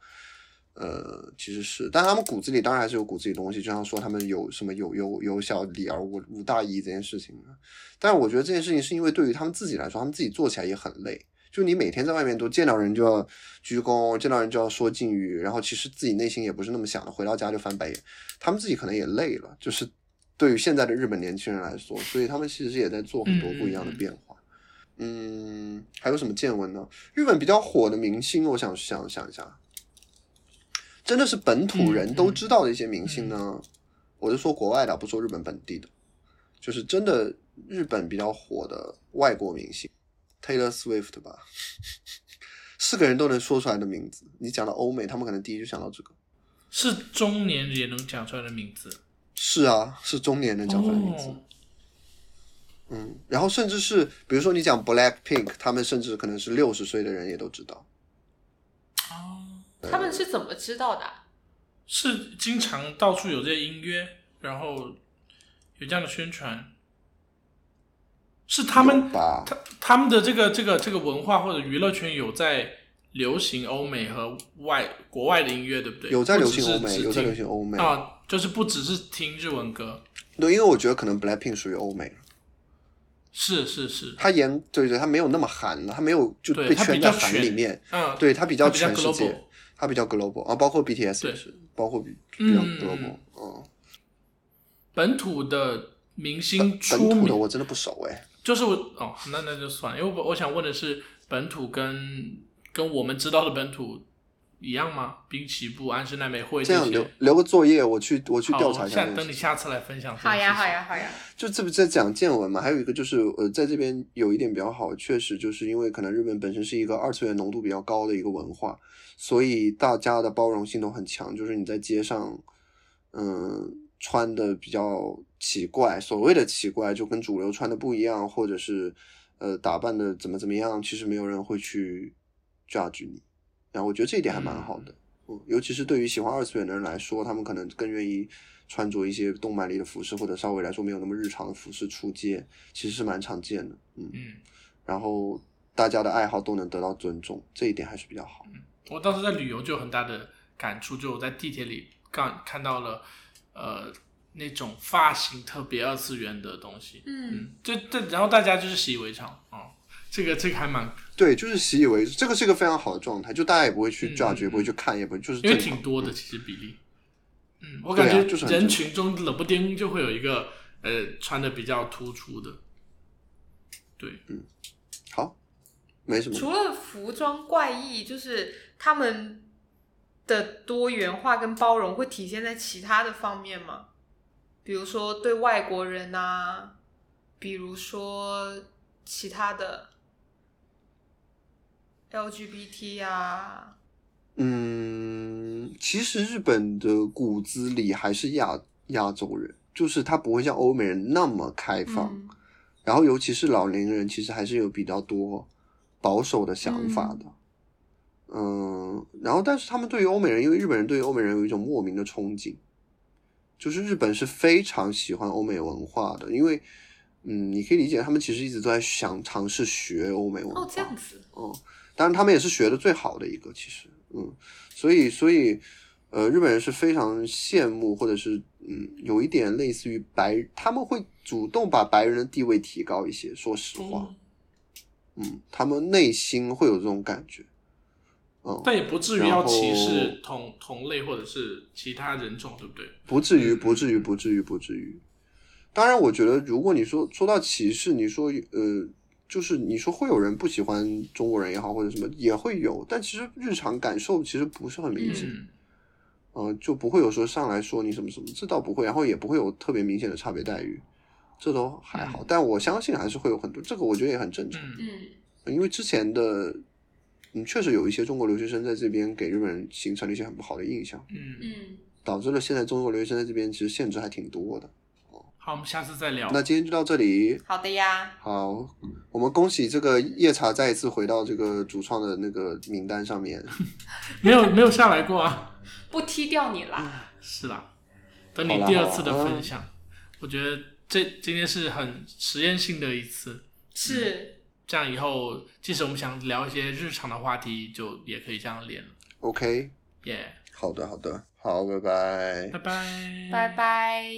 Speaker 3: 呃，其实是，但他们骨子里当然还是有骨子里东西，就像说他们有什么有有有小礼而无无大义这件事情啊。但是我觉得这件事情是因为对于他们自己来说，他们自己做起来也很累。就你每天在外面都见到人就要鞠躬，见到人就要说敬语，然后其实自己内心也不是那么想的，回到家就翻白眼。他们自己可能也累了，就是对于现在的日本年轻人来说，所以他们其实也在做很多不一样的变化。嗯，还有什么见闻呢？日本比较火的明星，我想想想一下，真的是本土人都知道的一些明星呢。我是说国外的，不说日本本地的，就是真的日本比较火的外国明星，Taylor Swift 吧， 是个人都能说出来的名字。你讲到欧美，他们可能第一就想到这个。
Speaker 1: 是中年人也能讲出来的名字，
Speaker 3: 是啊，是中年人讲出来的名字。
Speaker 1: 哦
Speaker 3: 嗯，然后甚至是比如说你讲 Black Pink，他们甚至可能是六十岁的人也都知道。
Speaker 1: 哦，
Speaker 2: 他们是怎么知道的啊？
Speaker 1: 是经常到处有这些音乐，然后有这样的宣传，是他
Speaker 3: 有
Speaker 1: 们
Speaker 3: 吧，
Speaker 1: 他他们的这个这个这个文化或者娱乐圈有在流行欧美和外国外的音乐，对不对？
Speaker 3: 有在流行
Speaker 1: 不只
Speaker 3: 欧
Speaker 1: 是
Speaker 3: 美，
Speaker 1: 只
Speaker 3: 有在
Speaker 1: 听
Speaker 3: 流行欧美。
Speaker 1: 啊，就是不只是听日文歌，
Speaker 3: 对，因为我觉得可能 Black Pink 属于欧美，
Speaker 1: 是是是，
Speaker 3: 他严对对，他没有那么韩了，他没有就
Speaker 1: 对
Speaker 3: 被
Speaker 1: 它
Speaker 3: 圈
Speaker 1: 比
Speaker 3: 在
Speaker 1: 较
Speaker 3: 韩
Speaker 1: 全
Speaker 3: 里面。
Speaker 1: 嗯，
Speaker 3: 对他比
Speaker 1: 它
Speaker 3: 较
Speaker 1: 比较
Speaker 3: 全世界
Speaker 1: global，
Speaker 3: 他比较 global 啊，包括 BTS 也
Speaker 1: 对
Speaker 3: 是，包括比比较
Speaker 1: 嗯
Speaker 3: global。嗯，
Speaker 1: 本土的明星
Speaker 3: 本
Speaker 1: 出
Speaker 3: 土的
Speaker 1: 名
Speaker 3: 我真的不熟哎。
Speaker 1: 就是我哦，那那就算了，因为我我想问的是，本土跟跟我们知道的本土一样吗？滨崎步、安室奈美惠
Speaker 3: 这样
Speaker 1: 些
Speaker 3: 留留个作业，我去我去
Speaker 1: 好
Speaker 3: 调查一下
Speaker 1: 下
Speaker 3: 这件事情。
Speaker 1: 等你下次来分享。
Speaker 2: 好呀，好。呀，好呀。
Speaker 3: 就这不在讲见闻嘛，还有一个就是呃，在这边有一点比较好，确实就是因为可能日本本身是一个二次元浓度比较高的一个文化，所以大家的包容性都很强。就是你在街上，嗯，穿的比较奇怪，所谓的奇怪就跟主流穿的不一样，或者是呃打扮的怎么怎么样，其实没有人会去 judge 你。然后我觉得这一点还蛮好的，嗯，尤其是对于喜欢二次元的人来说，他们可能更愿意穿着一些动漫里的服饰，或者稍微来说没有那么日常的服饰出街，其实是蛮常见的，嗯。
Speaker 1: 嗯，
Speaker 3: 然后大家的爱好都能得到尊重，这一点还是比较好。
Speaker 1: 我当时在旅游就有很大的感触，就我在地铁里看看到了，呃，那种发型特别二次元的东西。
Speaker 2: 嗯，
Speaker 1: 嗯，这这，然后大家就是习以为常啊、哦这个这个还蛮，
Speaker 3: 对，就是习以为这个是一个非常好的状态，就大家也不会去
Speaker 1: 嗯
Speaker 3: judge，、
Speaker 1: 嗯
Speaker 3: 也不会去看，也不会就是
Speaker 1: 因为
Speaker 3: 正常
Speaker 1: 挺多的，其实比例。嗯，我
Speaker 3: 对
Speaker 1: 感
Speaker 3: 啊
Speaker 1: 觉
Speaker 3: 就是很
Speaker 1: 人
Speaker 3: 正
Speaker 1: 群中冷不丁就会有一个呃穿的比较突出的。对，
Speaker 3: 好，没什么。
Speaker 2: 除了服装怪异，就是他们的多元化跟包容会体现在其他的方面吗？比如说对外国人呐、比如说其他的 LGBT 啊，
Speaker 3: 嗯，其实日本的骨子里还是亚亚洲人，就是他不会像欧美人那么开放，
Speaker 2: 嗯
Speaker 3: 然后尤其是老年人，其实还是有比较多保守的想法的。嗯然后但是他们对于欧美人，因为日本人对于欧美人有一种莫名的憧憬，就是日本是非常喜欢欧美文化的，因为嗯，你可以理解他们其实一直都在想尝试学欧美文化。
Speaker 2: 哦，这样子，
Speaker 3: 嗯，当然他们也是学的最好的一个，其实，嗯，所以所以，呃，日本人是非常羡慕，或者是嗯，有一点类似于白，他们会主动把白人的地位提高一些。说实话，
Speaker 1: 嗯
Speaker 3: 嗯，他们内心会有这种感觉，嗯，
Speaker 1: 但也不至于
Speaker 3: 然
Speaker 1: 要
Speaker 3: 后
Speaker 1: 歧视同同类或者是其他人种，对不对？
Speaker 3: 不至于，不至于，不至于，不至于。当然，我觉得如果你说说到歧视，你说呃，就是你说会有人不喜欢中国人也好，或者什么也会有，但其实日常感受其实不是很明显。
Speaker 1: 嗯，
Speaker 3: 嗯、就不会有说上来说你什么什么，这倒不会，然后也不会有特别明显的差别待遇，这都还好。
Speaker 1: 嗯
Speaker 3: 但我相信还是会有很多，这个我觉得也很正常，
Speaker 1: 嗯
Speaker 2: 嗯
Speaker 3: 因为之前的，嗯，确实有一些中国留学生在这边给日本人形成了一些很不好的印象，
Speaker 1: 嗯，
Speaker 2: 嗯，
Speaker 3: 导致了现在中国留学生在这边其实限制还挺多的。
Speaker 1: 好，我们下次再聊。
Speaker 3: 那今天就到这里，
Speaker 2: 好的呀，
Speaker 3: 好，我们恭喜这个夜茶再一次回到这个主创的那个名单上面。
Speaker 1: 没有没有下来过啊？
Speaker 2: 不踢掉你啦，
Speaker 1: 是啦，等你
Speaker 3: 好啦
Speaker 1: 第二次的
Speaker 3: 好啦
Speaker 1: 分享，我觉得这今天是很实验性的一次。
Speaker 2: 是，
Speaker 1: 这样以后，即使我们想聊一些日常的话题，就也可以这样连了。
Speaker 3: OK，
Speaker 1: 耶、嗯
Speaker 3: 好的，好的，好，拜拜
Speaker 1: 拜拜，
Speaker 2: 拜拜。